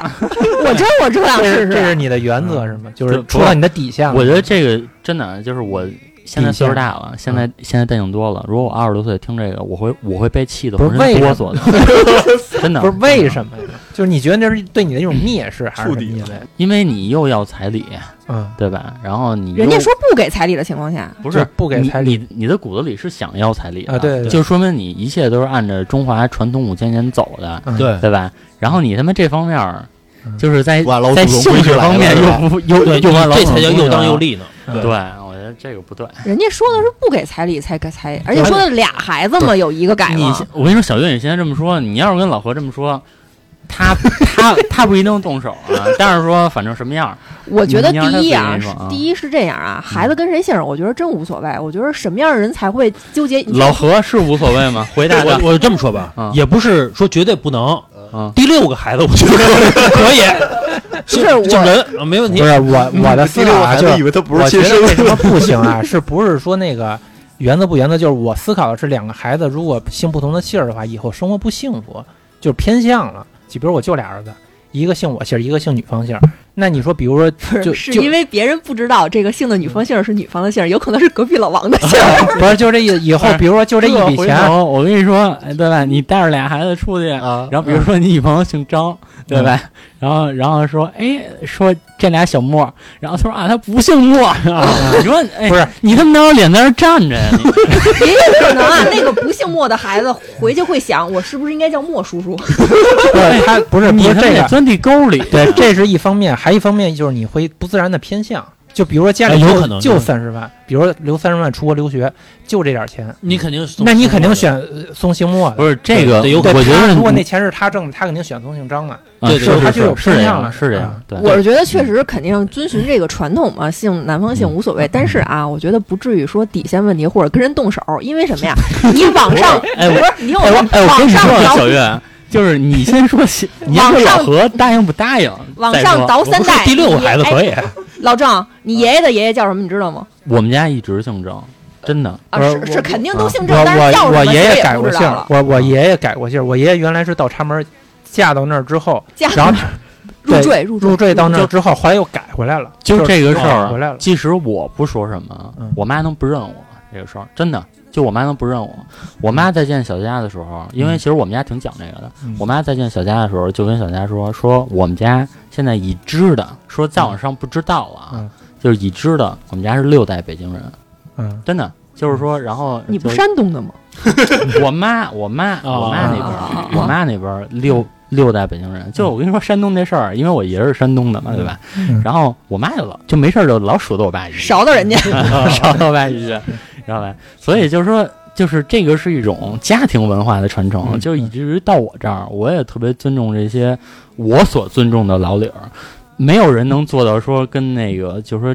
我真我特想
这
试
是这是嗯
试。
你的原则是吗？就
这
是
不
戳到你的底线了。
我觉得这个真的就是我现在岁数大
嗯
了，现在现在淡定多了。如果我二十多岁听这个，我会我会被气得浑身哆 嗦的，真的
不是为什
嗯
么呀？就是你觉得那是对你的一种蔑视，还是什
触
么
底
意
了
思呀？
因为你又要彩礼，
嗯，
对吧？然后你又
人家说不给彩礼的情况下，
不
不
是。
不给彩
你
礼，
你你的骨子里是想要彩礼的
啊对对对
就说明你一切都是按照中华传统五千年走的，
嗯
对
对吧？然后你他妈这方面儿
嗯
就是在
哇老
在
祖宗
性
规矩
质
来
方
了
面
是吧
又不又
对，
又往老啊
这
祖宗
才叫
规矩
又当
了
又立呢，
嗯对，我觉得这个不对。
人家说的是不给彩礼才给彩礼，而且说的俩孩子嘛，有一个改
嗯你
嘛
先，我跟你说，小月，你现在这么说，你要是跟老何这么说，他他他不一定动手啊。但是说，反正什么样儿，
我觉得
你要是
第一啊
自己那种啊，
第一是这样啊，孩子跟谁姓，我觉得真无所谓。我觉得什么样的人才会纠结？
老何是无所谓吗？回答
我
的，
我这么说吧
嗯，
也不是说绝对不能
嗯。
第六个孩子，我觉得 可以，
不是
就
我，
人啊没问题
不。是我我的
第
思
六
考
个
啊，
孩
就
子
是
以为他不
我
是亲
觉得
生
为什么不行 啊？是不是说那个原则不原则？就是我思考的是两个孩子如果姓不同的姓儿的话，以后生活不幸福，就是偏向了。就比如我就俩儿子，一个姓我姓儿，一个姓女方姓儿。那你说，比 如说
不是
就是就
因为别人不知道这个姓的女方姓是女方的姓，有可能是隔壁老 王的姓。
不是就这以以后
不是，
比如说就这一笔
回
钱，
头我跟你说，哎对吧？你带着俩孩子出去，
啊
然后比如说你女朋友姓张，对吧？
嗯
然后然后说，哎，说这俩小莫，然后他说啊，他不姓莫 啊。你说，哎，
不是
你他妈哪有脸在那儿站着呀？你
也有可能啊， 那个不姓莫的孩子回去会想，我是不是应该叫莫叔叔？
不是他不是不
你
是
他妈
这
也
个，
钻地沟里。
对， 这是一方面，还一方面就是你会不自然的偏向，就比如说家里
哎
就、
有可能
就
对
三十万，比如说留三十万出国留学，就这点钱，
你肯定是，
那你肯定选呃宋姓莫的。
不是这个，
对有
我
可
对
觉
他
得
如果
你
那钱是他挣的，他肯定选宋姓张的。
啊
对
是
对
是
他就是有
是这
偏向
样
了
是这样
啊，
对。
我是觉得确实肯定遵循这个传统嘛，姓男
嗯
方姓无所谓，但是啊，我觉得不至于说底线问题或者跟人动手，因为什 么呀？你往上不
哎我
是你有
哎我哎，我跟
往
你
上
说，
倒
小月，就是你先 说先，你先
往
说老
上
何答应不答应？
往
再
上
说
倒三代，
第六个孩子
你
可
哎
以，
老郑，
啊
你爷爷的爷爷叫什么？你知道吗？
我们家一直姓郑，真的。
啊，
我
是是，
我
肯定都姓
我
郑，但是叫
我
什么
我
谁
爷
也
爷改
不
过
知
姓
道
儿
了，。
我我爷爷改过姓儿，我爷爷原来是倒插门儿嫁到那儿之后，
嫁
然后
入
对
赘入
入赘到那儿
就
之后，后来又改回来了，
就是这个事
改
儿
回来了
啊，。即使我不说什么
嗯，
我妈能不认我这个事儿，真的。就我妈能不认我，我妈再见小佳的时候，因
嗯
为其实我们家挺讲这个的。
嗯
我妈再见小佳的时候，就跟小佳说：“说我们家现在已知的，说再往上不知道了啊，
嗯
就是已知的，我们家是六代北京人，
嗯，
真的就是说，然后
你不
就
山东的吗？
我妈，我妈，我
啊
妈那边
哦
儿，我妈那边儿
嗯
六六代北京人。就我跟你说山东这事儿，因为我爷是山东的嘛，对吧？
嗯
然后我妈就老就没事儿就老数落我爸一句，
勺到人家，
少到外语，知道吧？所以就是说，就是这个是一种家庭文化的传承，
嗯
就以至于到我这儿，我也特别尊重这些我所尊重的老理儿。没有人能做到说跟那个，就是说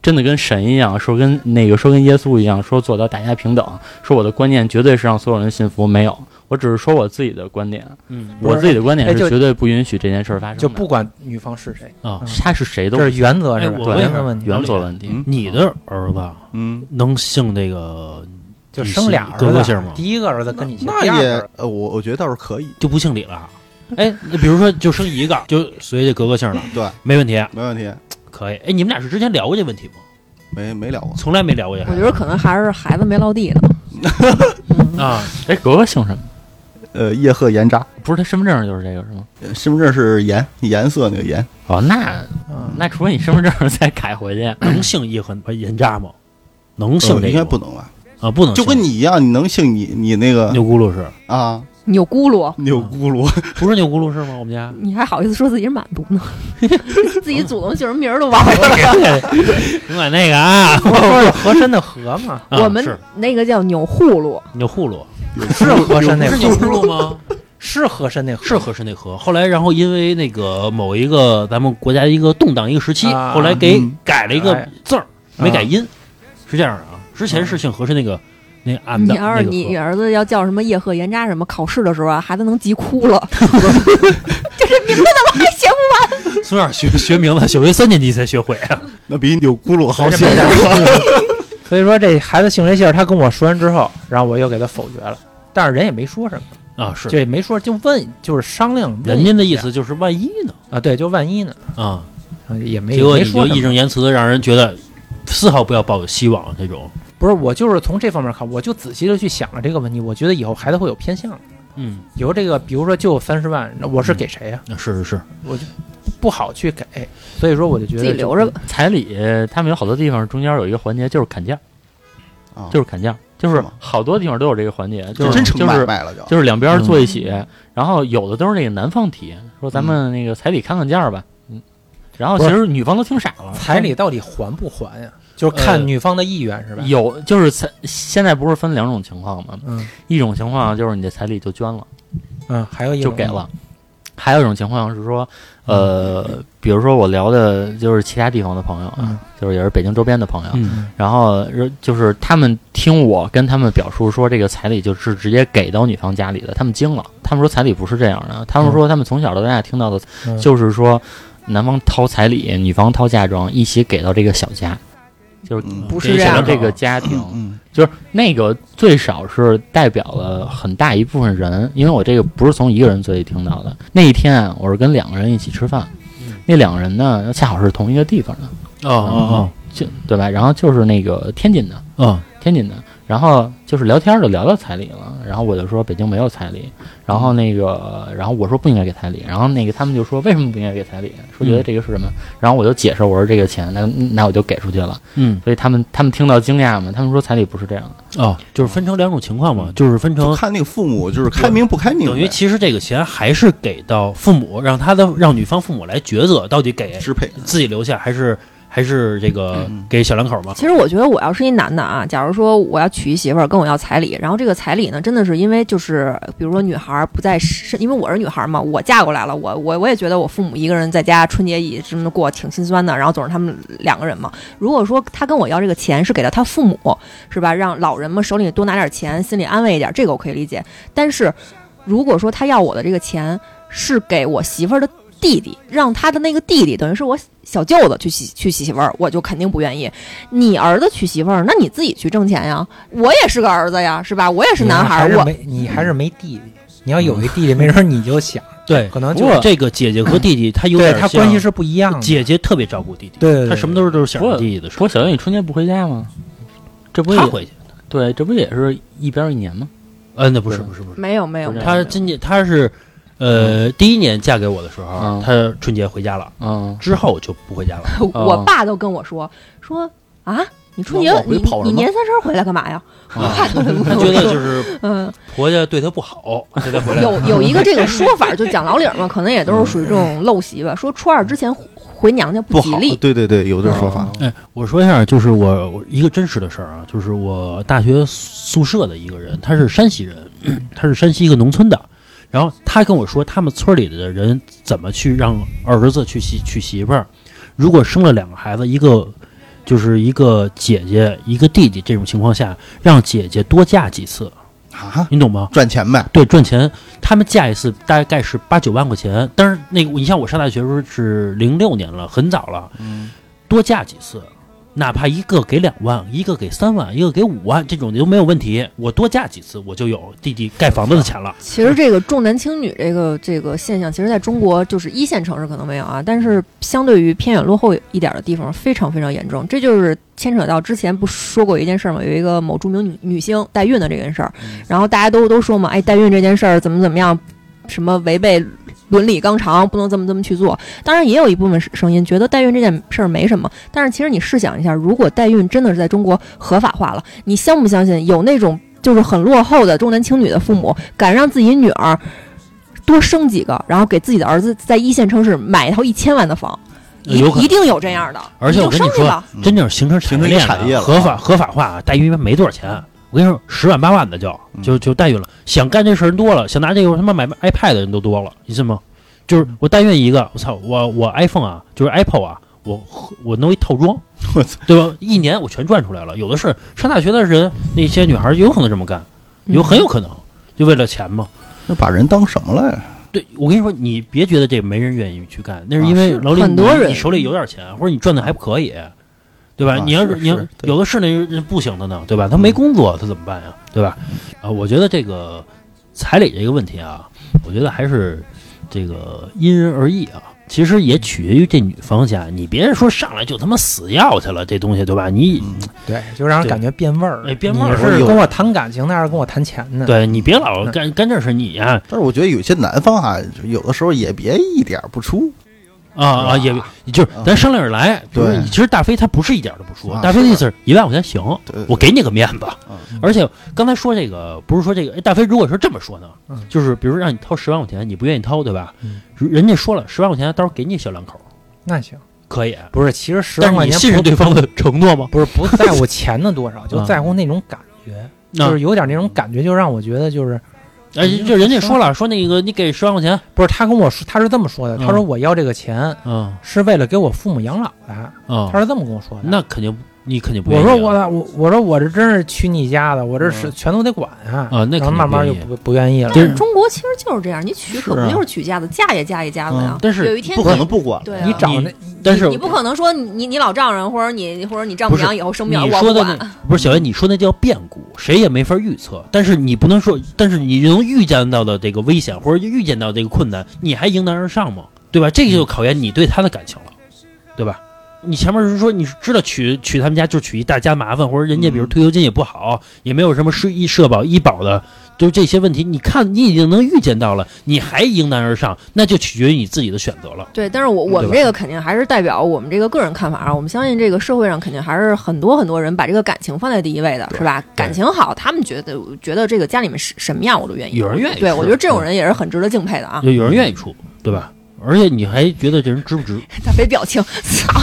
真的跟神一样，说跟那个说跟耶稣一样，说做到大家平等，说我的观念绝对是让所有人信服。没有，我只是说我自己的观点，
嗯
不是
我自己的观
哎
点
就是
绝对不允许这件事儿发生的。
就不管女方是谁，
啊，
他是谁都
这是原则
哎
是吧？
我
问
原
一下
则问题，
原则问题。
嗯
你的儿子啊
嗯，
能姓那个
就生俩儿
哥哥
子
姓吗
第一个儿子跟你姓，
那
第二个
也
儿子
呃，我我觉得倒是可以，
就不姓李了？哎，那比如说就生一个，就随这格格姓了，
对，
没问题，
没问题，
可以。哎，你们俩是之前聊过这问题吗？
没没聊过。
从来没聊过这
我觉得可能还是孩子没落地呢。嗯
啊，
哎，格格姓什么？
呃，叶赫盐渣，
嗯
不是他身份证就是这个是吗？
呃身份证是颜颜色那个颜，
哦，那
嗯
那除非你身份证再改回去，
能姓叶和人渣吗？能姓
呃
这个吗
应该不能吧？
啊，不能姓，
就跟你一样，你能姓你你那个
钮咕噜是，
啊
钮咕噜，
钮咕噜，
不是钮咕噜是吗？我们 家
你还好意思说自己是满族呢？ 自己祖宗姓什么名儿都忘了。
你买那个啊，
不是和珅的和嘛？
啊
我们
是
那个叫钮祜禄，
钮祜禄，
是和珅那
啊是钮
和，
祜禄吗？
是和珅那和，
是和珅那和。后来，然后因为那个某一个咱们国家一个动荡一个时期，
啊
后来给
嗯
改了一个
哎
字儿，没改
啊
音，是这样的啊。之前是姓和珅那个那俺的
你要
那
是
个
你
和，
儿子要叫什么叶赫严扎什么，考试的时候啊，孩子能急哭了。 就这名字怎么还写不
从小学学名字，小学三年级才学 会。
那比钮咕噜好写
没。所以说这孩子姓谁姓儿，他跟我说完之后，然后我又给他否决了。但是人也没说什么，
啊，是
就也没说，就问，就是商量。问
人家的
一
意
下
思就是万一呢
啊，对，就万一呢，
啊，
啊也没
结果
没
你就
说什
义
么。
正言辞的让人觉得丝毫不要抱有希望这种。
不是，我就是从这方面看，我就仔细的去想了这个问题。我觉得以后孩子会有偏向，啊
嗯，
以后这个，比如说就三十万，那我是给谁呀、啊
是是是，
不好去给，所以说我就觉得
自己
就
留着吧。
彩礼他们有好多地方中间有一个环节就是砍价，
啊
就是砍价，就是
是吗
好多地方都有这个环节，就
就是真成
就
买
是
卖了就，
就是两边儿坐一起，然后有的都是那个男方提，说咱们那个彩礼砍砍价吧，嗯，然后其实女方都听傻了，
彩礼嗯到底还不还呀、就是
呃
看女方的意愿
嗯
是吧？
有就是彩现在不是分两种情况吗？
嗯
一种情况就是你的彩礼就捐了。
嗯，还有一
就
种
给了。还有一种情况是说，呃，比如说我聊的就是其他地方的朋友啊，
嗯
就是也是北京周边的朋友，啊
啊
嗯
然后呃就是他们听我跟他们表述说，这个彩礼就是直接给到女方家里的，他们惊了，他们说彩礼不是这样的，他们说他们从小到大听到的
嗯
就是说，男方掏彩礼，女方掏嫁妆，一起给到这个小家，就是
嗯
不
给
是这样
到
的
这个家庭，
嗯
就是那个最少是代表了很大一部分人，因为我这个不是从一个人嘴里听到的。那一天啊我是跟两个人一起吃饭，那两个人呢恰好是同一个地方的，嗯
哦哦
就对吧？然后就是那个天津的，
哦哦，
天津的。然后就是聊天儿就聊到彩礼了，然后我就说北京没有彩礼，然后那个，然后我说不应该给彩礼，然后那个他们就说为什么不应该给彩礼？说觉得这个是什么？然后我就解释我说这个钱，那那我就给出去了，
嗯，
所以他们他们听到惊讶嘛，他们说彩礼不是这样的，
哦，就是分成两种情况嘛，就是分
就
成
看那个父母就是开明不开明呗，
等于其实这个钱还是给到父母，让他的让女方父母来抉择，到底给
支配。
自己留下还是还是这个给小两口嘛？
其实我觉得，我要是一男的啊，假如说我要娶一媳妇儿，跟我要彩礼，然后这个彩礼呢，真的是因为就是，比如说女孩儿不在身，因为我是女孩儿嘛，我嫁过来了，我我我也觉得我父母一个人在家春节也这么过挺心酸的，然后总是他们两个人嘛。如果说他跟我要这个钱是给到他父母，是吧？让老人们手里多拿点钱，心里安慰一点，这个我可以理解。但是如果说他要我的这个钱是给我媳妇儿的弟弟，让他的那个弟弟等于是我小舅子去娶去娶媳妇儿，我就肯定不愿意。你儿子娶媳妇儿，那你自己去挣钱呀。我也是个儿子呀，是吧？我也是男孩
还
儿，
是
我嗯
没你还是没弟弟。你要有一弟弟，没准你就想，
对，
可能
不
就
过
是
哎这个姐姐和弟弟他有
对
点
他关系
像
是不一样的。
姐姐特别照顾弟弟，
对对对，
他什么都是都是想
不过
着弟弟的事
说小月你春节不回家吗？这不
儿，
也
他回去，
对，这不也是一边儿一年吗？
嗯，那不是
对
不是不是，
没有没有
不
没
是
有。
他今年他是呃第一年嫁给我的时候
嗯，
他春节回家了，
嗯，
之后就不回家 了。
我爸都跟我说说啊，你春节
往回
你
跑什
你
么
年三十儿回来干嘛呀？我爸都这么
他
跟我
觉得
说
就是
嗯。
婆家对他不好，他才回来。
有有一个这个说法，就讲老理儿嘛，可能也都是属于这种陋习吧。说初二之前回娘家
不
吉
好
利，，
对对对，有这说法。
哎，我说一下，就是我我一个真实的事儿啊，就是我大学宿舍的一个人，他是山西人， 他是山西一个农村的，然后他跟我说，他们村里的人怎么去让儿子去媳娶媳妇儿，如果生了两个孩子，一个就是一个姐姐，一个弟弟，这种情况下，让姐姐多嫁几次，
啊，
你懂吗？
赚钱呗，
对，赚钱，他们嫁一次大概是八九万块钱，但是那个你像我上大学的时候是零六年了，很早了，
嗯，
多嫁几次，哪怕一个给两万，一个给三万，一个给五万，这种的都没有问题。我多嫁几次，我就有弟弟盖房子的钱了。
其实这个重男轻女这个这个现象，其实在中国就是一线城市可能没有啊，但是相对于偏远落后一点的地方，非常非常严重。这就是牵扯到之前不说过一件事儿嘛，有一个某著名女女星代孕的这件事儿，然后大家都都说嘛，哎，代孕这件事儿怎么怎么样，什么违背。伦理纲常不能这么这么去做，当然也有一部分声音觉得代孕这件事儿没什么，但是其实你试想一下，如果代孕真的是在中国合法化了，你相不相信有那种就是很落后的重男轻女的父母，敢让自己女儿多生几个，然后给自己的儿子在一线城市买一套一千万的房，一
有可能
一定有这样的。
而且我跟
你
你
就生去
说
吧，
嗯
真正形成
形
产
成
业
一
链
产业了啊
合法合法化，代孕一般没多少钱。我跟你说，十万八万的就
嗯
就就代孕了。想干这事儿人多了，想拿这个他妈买 iPad 的人都多了，你信吗？就是
嗯
我代孕一个，我操，我我 iPhone 啊，就是 Apple 啊，我我弄一套装，
我操，
对吧？一年我全赚出来了。有的是上大学的人，那些女孩儿有可能这么干，
嗯
有很有可能就为了钱嘛。
那把人当什么了呀？
对，我跟你说，你别觉得这没人愿意去干，那是因
啊
为
是
老李，
很多
你
人
你手里有点钱，或者你赚的还可以，对吧？
啊
你要
是
你要
是嗯对
有的是那人不行的呢，对吧？他没工作，他怎么办呀？对吧？啊，我觉得这个彩礼这个问题啊，我觉得还是这个因人而异啊。其实也取决于这女方家，你别说上来就他妈死要去了，这东西对吧？你
嗯
对，就让人感觉变味儿。
对哎变味儿
你是跟我谈感情呢，还是跟我谈钱呢？，
对你别老
嗯
干干这事，你呀
但是我觉得有些男方啊，有的时候也别一点儿不出，
啊啊，也就是
嗯
咱商量着来。比如说
对
你其实大飞他不是一点儿都不说，
啊
大飞的
是
意思是一万块钱行，
对
我给你个面子
嗯。
而且刚才说这个，不是说这个，哎，大飞如果说这么说呢
嗯，
就是比如让你掏十万块钱，你不愿意掏，对吧
嗯？
人家说了十万块钱，到时候给你小两口，
那行，
可以。
不是，其实十
但
万块
是你
钱
信
不
任对方的承诺吗？
不是不在乎钱的多少，就
啊
在乎那种感觉，
那
就是有点那种感觉，就让我觉得就是
哎，就人家说了，说那个你给十万块钱，
不是他跟我说他是这么说的，他
嗯
说我要这个钱
嗯
是为了给我父母养老的，
嗯
他，是这么跟我说的。
那肯定你肯定不愿
我
意啊。
说我我我说我这真是去你家的，我这是全都得管啊
啊那肯定
然后慢慢
不
就
愿意
不不愿意了。
但是中国其实就是这样，你娶可
是
不
啊
就是娶家子，嫁也嫁一家子呀
嗯。
但是
有一天
不可能不管了。
对啊
你找那
但是
你不可能说你你你老丈人或者你或者你丈母
不是
娘以后生病，
你
我
说
不
的
管。
那不是小袁，你说那叫变故，谁也没法预测。但是你不能说，但是你能预见到的这个危险，或者预见到这个困难，你还迎难而上吗？对吧？这个就考验你对他的感情了，对吧？你前面是说你知道娶娶他们家就娶一大家麻烦，或者人家比
嗯
如退休金也不好，也没有什么社医社保医保的，就是这些问题，你看你已经能预见到了，你还迎难而上，那就取决于你自己的选择了。
对，但是我我
嗯对
们
吧
这个肯定还是代表我们这个个人看法啊。我们相信这个社会上肯定还是很多很多人把这个感情放在第一位的，是吧？感情好，他们觉得觉得这个家里面是什么样我都愿意。
有人愿意
对
是嗯
我觉得这种人也是很值得敬佩的啊。
就有人愿意出，对吧？而且你还觉得这人值不值？
他没表情，操！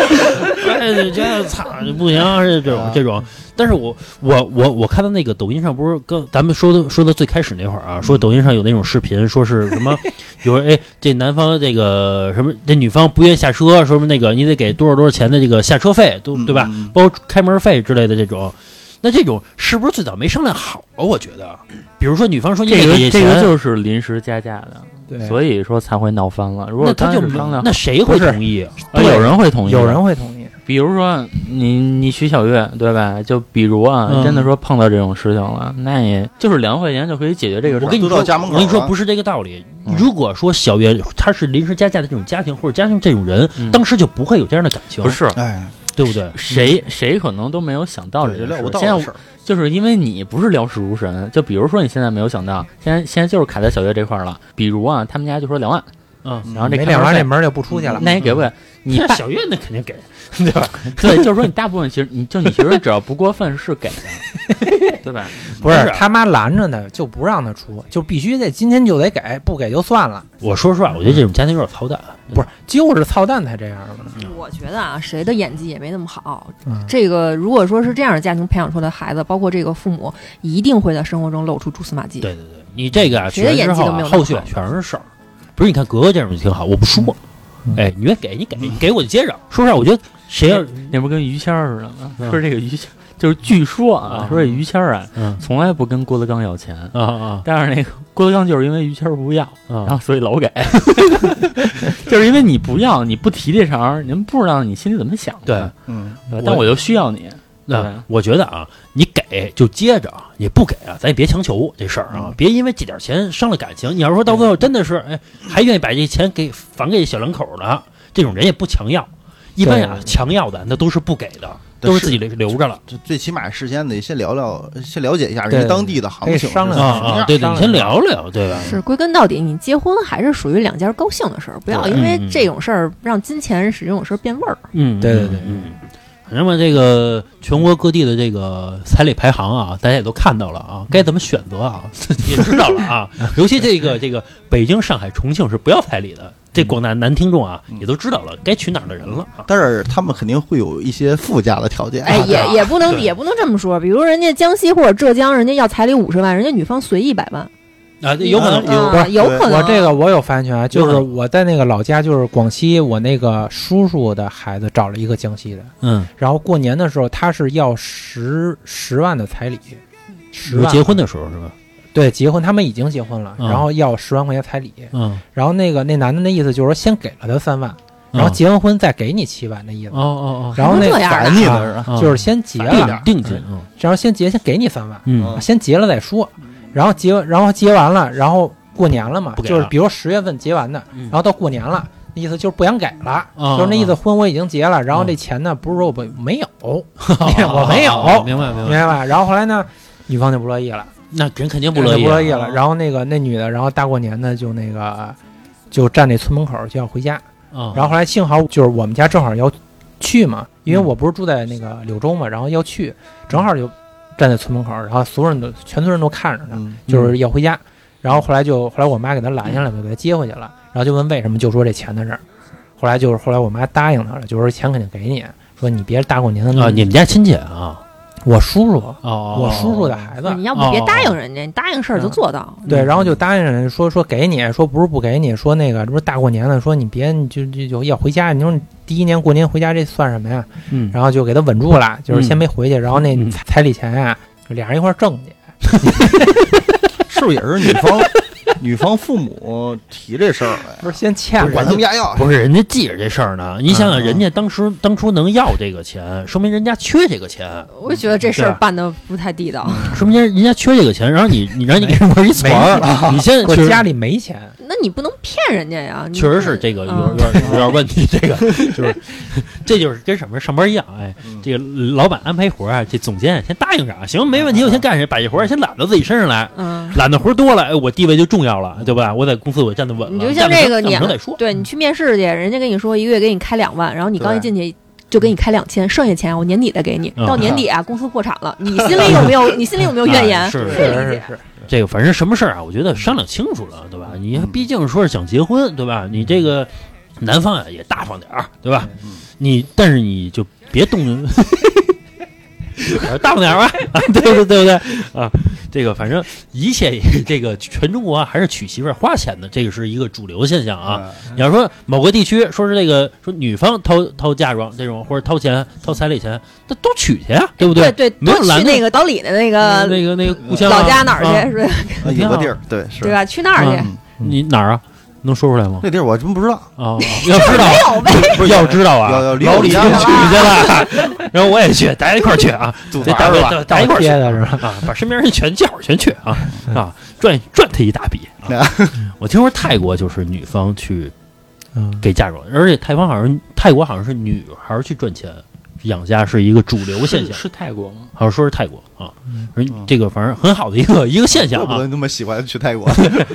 哎，这这操不行啊，这这种这种。但是我我我我看到那个抖音上不是跟咱们说的说的最开始那会儿啊，说抖音上有那种视频，说是 什么有人哎这男方这个什么这女方不愿下车，说什么那个你得给多少多少钱的这个下车费，都对吧？
嗯
包括开门费之类的这种。那这种是不是最早没商量好啊？我觉得，比如说女方说你
这
得
个
给
这个
钱
就是临时加价的，
对，
所以说才会闹翻了。如
那
果
他
当
就
时
没
商量
那
好，
谁会
不是
同意啊？
啊有人会同意，
有人。会同意。
比如说你你徐小月对吧？就比如啊，
嗯
真的说碰到这种事情了，那也就是两块钱就可以解决这个事
我
儿
跟。你
都
说，
到家门口
我跟你说
了
不是这个道理。
嗯
如果说小月她是临时加价的这种家庭，或者家庭这种人，
嗯
当时就不会有这样的感情，
不是
哎，
对不对？
谁谁可能都没有想到这
也
件
料
事
不到
现
的
在
事儿，
就是因为你不是料事如神，就比如说你现在没有想到，现在现在就是卡在小月这块儿了。比如啊，他们家就说两万，
嗯，
然后这
没
开
两
门
万
费
这门儿就不出去了。
那你给不给？你
那
爸
小月那肯定给， 对吧？
对，就是说你大部分其实你就你其实只要不过分是给的，对吧？
不
不
是
是
他妈拦着他，就不让他出，就必须得今天就得给，不给就算了。
我说实话，我觉得这种家庭有点操蛋。
不是，就是操蛋才这样嘛。
嗯
我觉得啊，谁的演技也没那么好。
嗯
这个如果说是这样的家庭培养出来的孩子，包括这个父母，一定会在生活中露出蛛丝马迹。
对对对，你这个啊，
谁的
学
演
之
技
后
都没
啊
有那么
后续啊
好
全是事儿。不是，你看格格这种就挺好，我不说。哎，你愿意给你给，你给我就接着。说实话，我觉得谁要
那不跟于谦儿似的吗？
嗯
说这个于谦，就是据说啊，
嗯
说这于谦儿啊，
嗯
从来不跟郭德纲要钱，
啊啊
但是那个郭德纲就是因为于谦儿不要，嗯然
啊，
后所以老给， 就是因为你不要，你不提这茬儿，您不知道你心里怎么想的。
嗯，
对吧但
我
我就需要你，对
那我觉得啊，你给就接着，你不给啊，咱也别强求这事儿
嗯
啊，别因为这点钱伤了感情。你要是说到最后真的是，哎，还愿意把这钱给返给小两口呢，这种人也不强要。一般啊，强要的那都是不给的，
但
都是
是
自己留留着了
这最起码事先得先聊聊，先了解一下人
对
家当地的行
可以
情是
商
什
量
啊
嗯
么
啊！
样。
对对，
商量
你先聊聊，对吧？
是归根到底，你结婚还是属于两家高兴的事儿，不要
对
因为
嗯
这种事儿让金钱使这种事儿变味儿。
嗯，
对对对
嗯。嗯反正嘛，这个全国各地的这个彩礼排行啊，大家也都看到了
嗯
啊，该怎么选择啊， 也知道了 啊。尤其这个这个北京、上海、重庆是不要彩礼
嗯
的，这广大男听众啊也都知道了，该娶哪儿的人了啊。
但是他们肯定会有一些附加的条件，
哎，
对
也
啊
也不能
对
也不能这么说，比如人家江西或者浙江，人家要彩礼五十万，人家女方随意一百万，
啊，这有可能有
啊
不是
有可能
我这个我有发言权啊，就
有
是
可
我在那个老家，就是广西，我那个叔叔的孩子找了一个江西的，
嗯，
然后过年的时候他是要十十万的彩礼，
比
十
如
万
结婚的时候是吧？
对结婚，他们已经结婚了，
嗯
然后要十万块钱彩礼，
嗯，
然后那个那男的那意思就是说先给了他三万，然后
嗯
结完婚再给你七万那意思，
哦哦
然后那
还能这样啊
烦你呢是吧？
哦，
就是先结
反正
了，
俩
定定金，嗯
然后先结先给你三万，
嗯
先结了再说，然后结然后结完了，然后过年了嘛，
不给
就是
了
比如十月份结完的，
嗯
然后到过年了，那意思就是不想给了，
啊
就是那意思婚我已经结了，然后
嗯
这钱呢不是说我不没 有，
哦
我没有嗯
哦明白明
明
白，
白吧？然后后来呢，女方就不乐意了，
那人肯定
不
不乐意啊，
不乐意了。然后那个那女的，然后大过年的就那个就站那村门口就要回家，
后
然后后来幸好就是我们家正好要去嘛，因为
嗯
我不是住在那个柳州嘛，然后要去，正好就站在村门口，然后所有人都全村人都看着她，
嗯，
就是要回家。然后后来就后来我妈给他拦下来了，给他接回去了，然后就问为什么，就说这钱的事儿。后来就是后来我妈答应他了，就说钱肯定给你，说你别大过年的
啊，你们家亲戚啊，
我叔叔，
哦哦，
我叔叔的
哦
孩子，
你要不别答应人家，你答应事儿就做到。
嗯
对，然后就答应人说说给你，说不是不给你，说那个这不是大过年的，说你别你就就就要回家，你说你第一年过年回家这算什么呀？
嗯，
然后就给他稳住了，就是先
嗯
没回去，然后那
嗯
啊
彩彩礼钱呀、就俩人一块儿挣去。
是不是也是女方女方父母提这事儿来，
不是先欠
不是
管
人
他
家
们家要。
不是人家记着这事儿呢，你想想，
嗯
人家当时当初能要这个钱，说明人家缺这个钱，
我觉得这事
对
儿
啊嗯
办的不太地道。
说明人家缺这个钱，然后你你让你给人玩一
没
团儿，你现在
我
确实
家里没钱，
那你不能骗人家呀！你
确 实是这个有
嗯
有点有点问题，这个就是这就是跟什么上班一样，哎，
嗯
这个老板安排活儿啊，这总监先答应着啊，行，没问题，我先干谁，把这活儿先揽到自己身上来，
嗯，
揽的活儿多了，哎，我地位就重要了，对吧？我在公司我站得稳了，
你就像
干
这
不
个
成
你
干不成再说，
对你去面试去，人家跟你说一个月给你开两万，然后你刚一
对
进去。就给你开两千，剩下钱我年底再给你。
嗯
到年底啊，公司破产了， 你心里有没有？你心里有没有怨
哎
言？
是
这
是
理
是
解
是，
这个反正什么事儿啊，我觉得商量清楚了，对吧？你毕竟说是想结婚，对吧？你这个男方啊也大方点儿，对吧？你但是你就别动， 大方点儿吧，啊对对对不对啊？这个反正一切也这个全中国啊还是娶媳妇儿花钱的，这个是一个主流现象啊。
嗯
你要说某个地区说是这个说女方掏掏嫁妆这种，或者掏钱掏彩礼钱，那都娶去呀，对不
对对，
没有
都去
拦着
那个岛里的那
呃
个
那个那个故乡啊
老家哪儿
啊
去？是吧
啊有个地儿，对是
对，啊吧？去那儿去
嗯？你哪儿啊？能说出来吗？
那地儿我真不知道，
啊，要知道
没有呗？
不是
要知道啊，
要要离
老
我
李
家
就
了
去去了，啊然后我也去，大家一块儿去啊，
组
这
团
大
儿
家
吧？
大家一块儿去
贴的是吧？嗯
啊，把身边人全叫上全去啊啊，赚赚他一大笔啊！ 我听说泰国就是女方去
嗯，
给嫁妆，而且泰方好像泰国好像是女孩儿去赚钱养家是一个主流现
是
象，
是泰国吗？
好像说是泰国啊，
嗯
而这个反正很好的一个一个现象
怪不
啊
得，你那么喜欢去泰 国，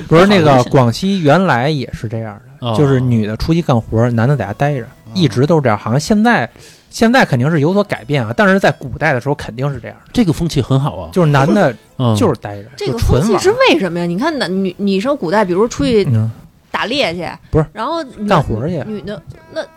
不是那个广西原来也是这样的，
啊
就是女的出去干活，男的在家待着，
哦
一直都是这样。好像现在现在肯定是有所改变啊，但是在古代的时候肯定是这样的，
这个风气很好啊，
就是男的
嗯
就是待着，
这个
就
风
纯
气
玩
是。为什么呀？你看男女女生古代，比如出去
嗯，
打猎去，
不是
然后女
干活去
女的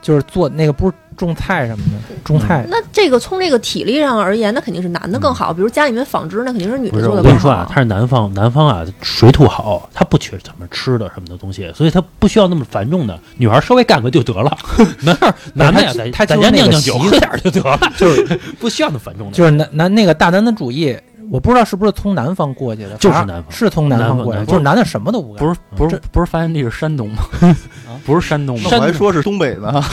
就是做那个不是种菜什么的，种
哎
菜
嗯
那这个从这个体力上而言，那肯定是男的更好。比如家里面纺织，那肯定是女
不
的
是，
做
我
的
跟
更
你说啊，
好。
他是南方，南方啊水土好，他不缺什么吃的什么的东西，所以他不需要那么繁重的。女孩稍微干个就得 了，男孩男的呀，
他
在
他
在
就是
家
那
酿
个
酿酒，
习
喝点儿就得了，
就是
不需要那么繁重的。
就是男男那个大男子主义，我不知道是不是从南方过去的，
就是
反而
南方
是从
南
南
方
方过去的，
南方
就是男的什么都不干，
不是嗯不是不是发源地是山东 吗？不是山东
那
吗？
我还说是东北呢。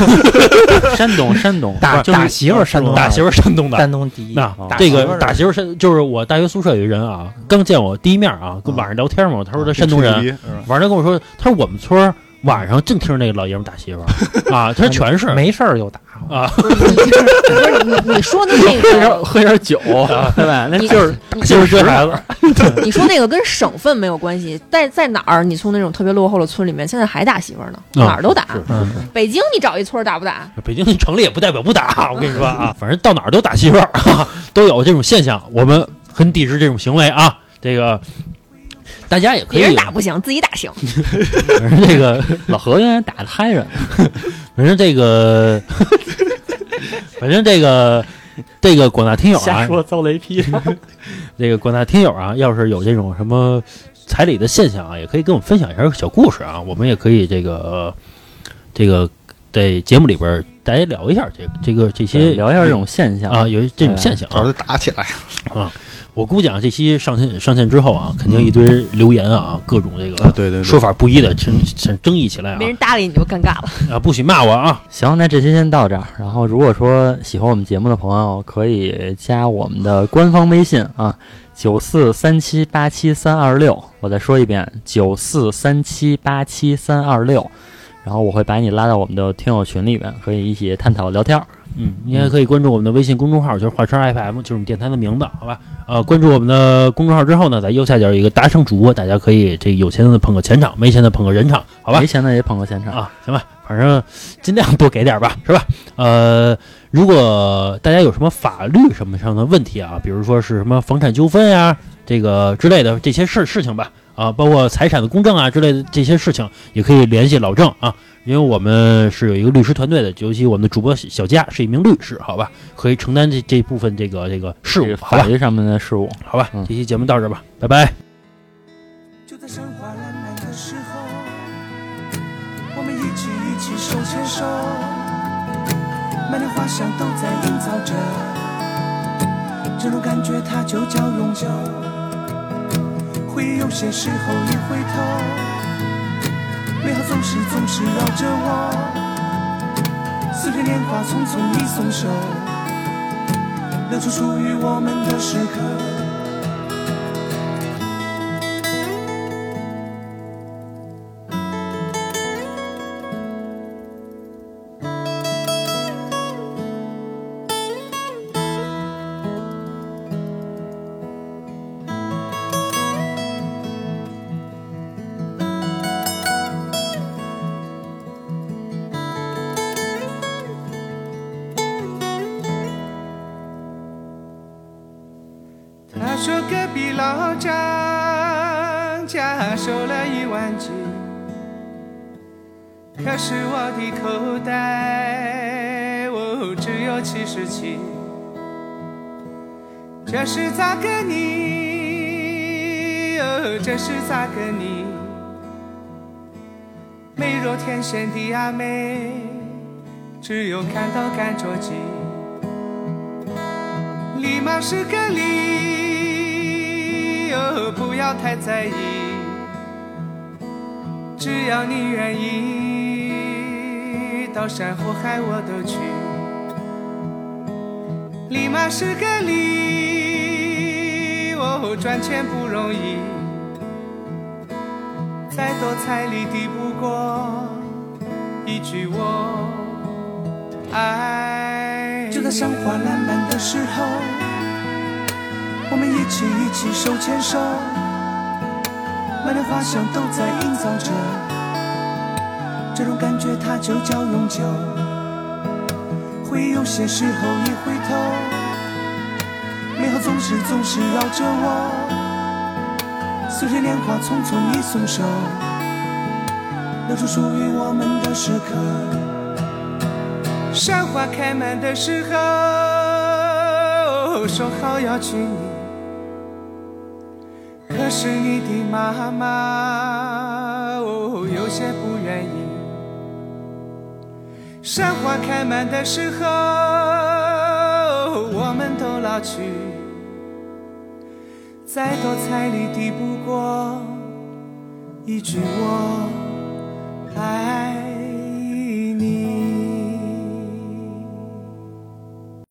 山东山东
打
就是
打媳妇儿山东
打媳妇儿山东的，
山东第一，
那
哦
这
媳妇
个
儿
打媳妇儿山就是我大学宿舍有一人啊，刚见我第一面啊，跟
哦
嗯
晚上聊天嘛，他说他山东人，啊
吹牛逼是吧
晚上跟我说，他说我们村儿晚上净听着那个老爷们儿打媳妇 儿啊，他说全是
没事儿就打，
不是你不是你你说的那
喝 点
个，
喝点酒，对吧？那
你
就是
就是这孩子，
你说那个跟省份没有关系，在在哪儿？你从那种特别落后的村里面，现在还打媳妇儿呢，
啊
哪儿都打。
是
嗯，
北京你找一村儿打不打？
北京城里也不代表不 打，我跟你说啊，反正到哪儿都打媳妇儿、啊，都有这种现象，我们很抵制这种行为啊。这个大家也可以，
别人打不行，自己打行。
反正这个，
老何原来打的嗨着，
反正这 个，反正这个，这个广大听友
瞎
啊，
说遭雷劈。
这个广大听友啊，要是有这种什么彩礼的现象啊，也可以跟我们分享一下小故事啊，我们也可以这个这个在节目里边儿大家聊一下这个这个这些
聊一下这种哎现象
啊，，有这种现象啊
到时。候打起来，
我估计啊，这期上线上线之后啊，肯定一堆留言啊，各种这个
嗯对对嗯
说法不一的争争争议起来啊
没人搭理你就尴尬了。
啊，不许骂我啊！
行，那这期先到这儿。然后，如果说喜欢我们节目的朋友，可以加我们的官方微信啊，九四三七八七三二六。我再说一遍，九四三七八七三二六。然后我会把你拉到我们的听友群里边，可以一起探讨聊天儿。
嗯，你也可以关注我们的微信公众号，就是华川 FM，就是我们电台的名字，好吧？呃，关注我们的公众号之后呢，在右下角有一个打赏主播，大家可以这个有钱的捧个钱场，没钱的捧个人场，好吧
没？钱的也捧个现场。
啊，行吧，反正尽量多给点吧，是吧？呃，如果大家有什么法律什么上的问题啊，比如说是什么房产纠纷呀、这个之类的这些事事情吧，啊，包括财产的公证啊之类的这些事情，也可以联系老郑啊，因为我们是有一个律师团队的，尤其我们的主播小佳是一名律师，好吧，可以承担这这部分这个这个事
这
务
个，
好
法
吧，
律上面的事务。
好吧，
嗯
这期节目到这儿吧，拜拜。
就在山花烂漫的时候，我们一起一起手牵手，满天花香都在营造着这种感觉，它就叫永久。会有些时候你回头，美好总是总是绕着我。随着年华匆匆你松手，留住属于我们的时刻。他说隔壁老张家收了一万几，可是我的口袋哦只有七十七，这是咋个你？哦，这是咋个你？美若天仙的阿妹，只有看到干着急。礼貌是个礼，哦，不要太在意，只要你愿意，到山或海我都去。礼貌是个礼，哦，赚钱不容易，再多彩礼抵不过一句我爱你。
就在
赏花烂漫的时候，我们一起一起手牵手，满脸花香都在营造着，这种感觉它就叫永久。会有些时候一回头，美好总是总是绕着我，随着年华匆匆一松手，留住属于我们的时刻。山花开满的时候，说好要娶你，可是你的妈妈哦有些不愿意。山花开满的时候，我们都老去，再多彩礼抵不过一句我爱。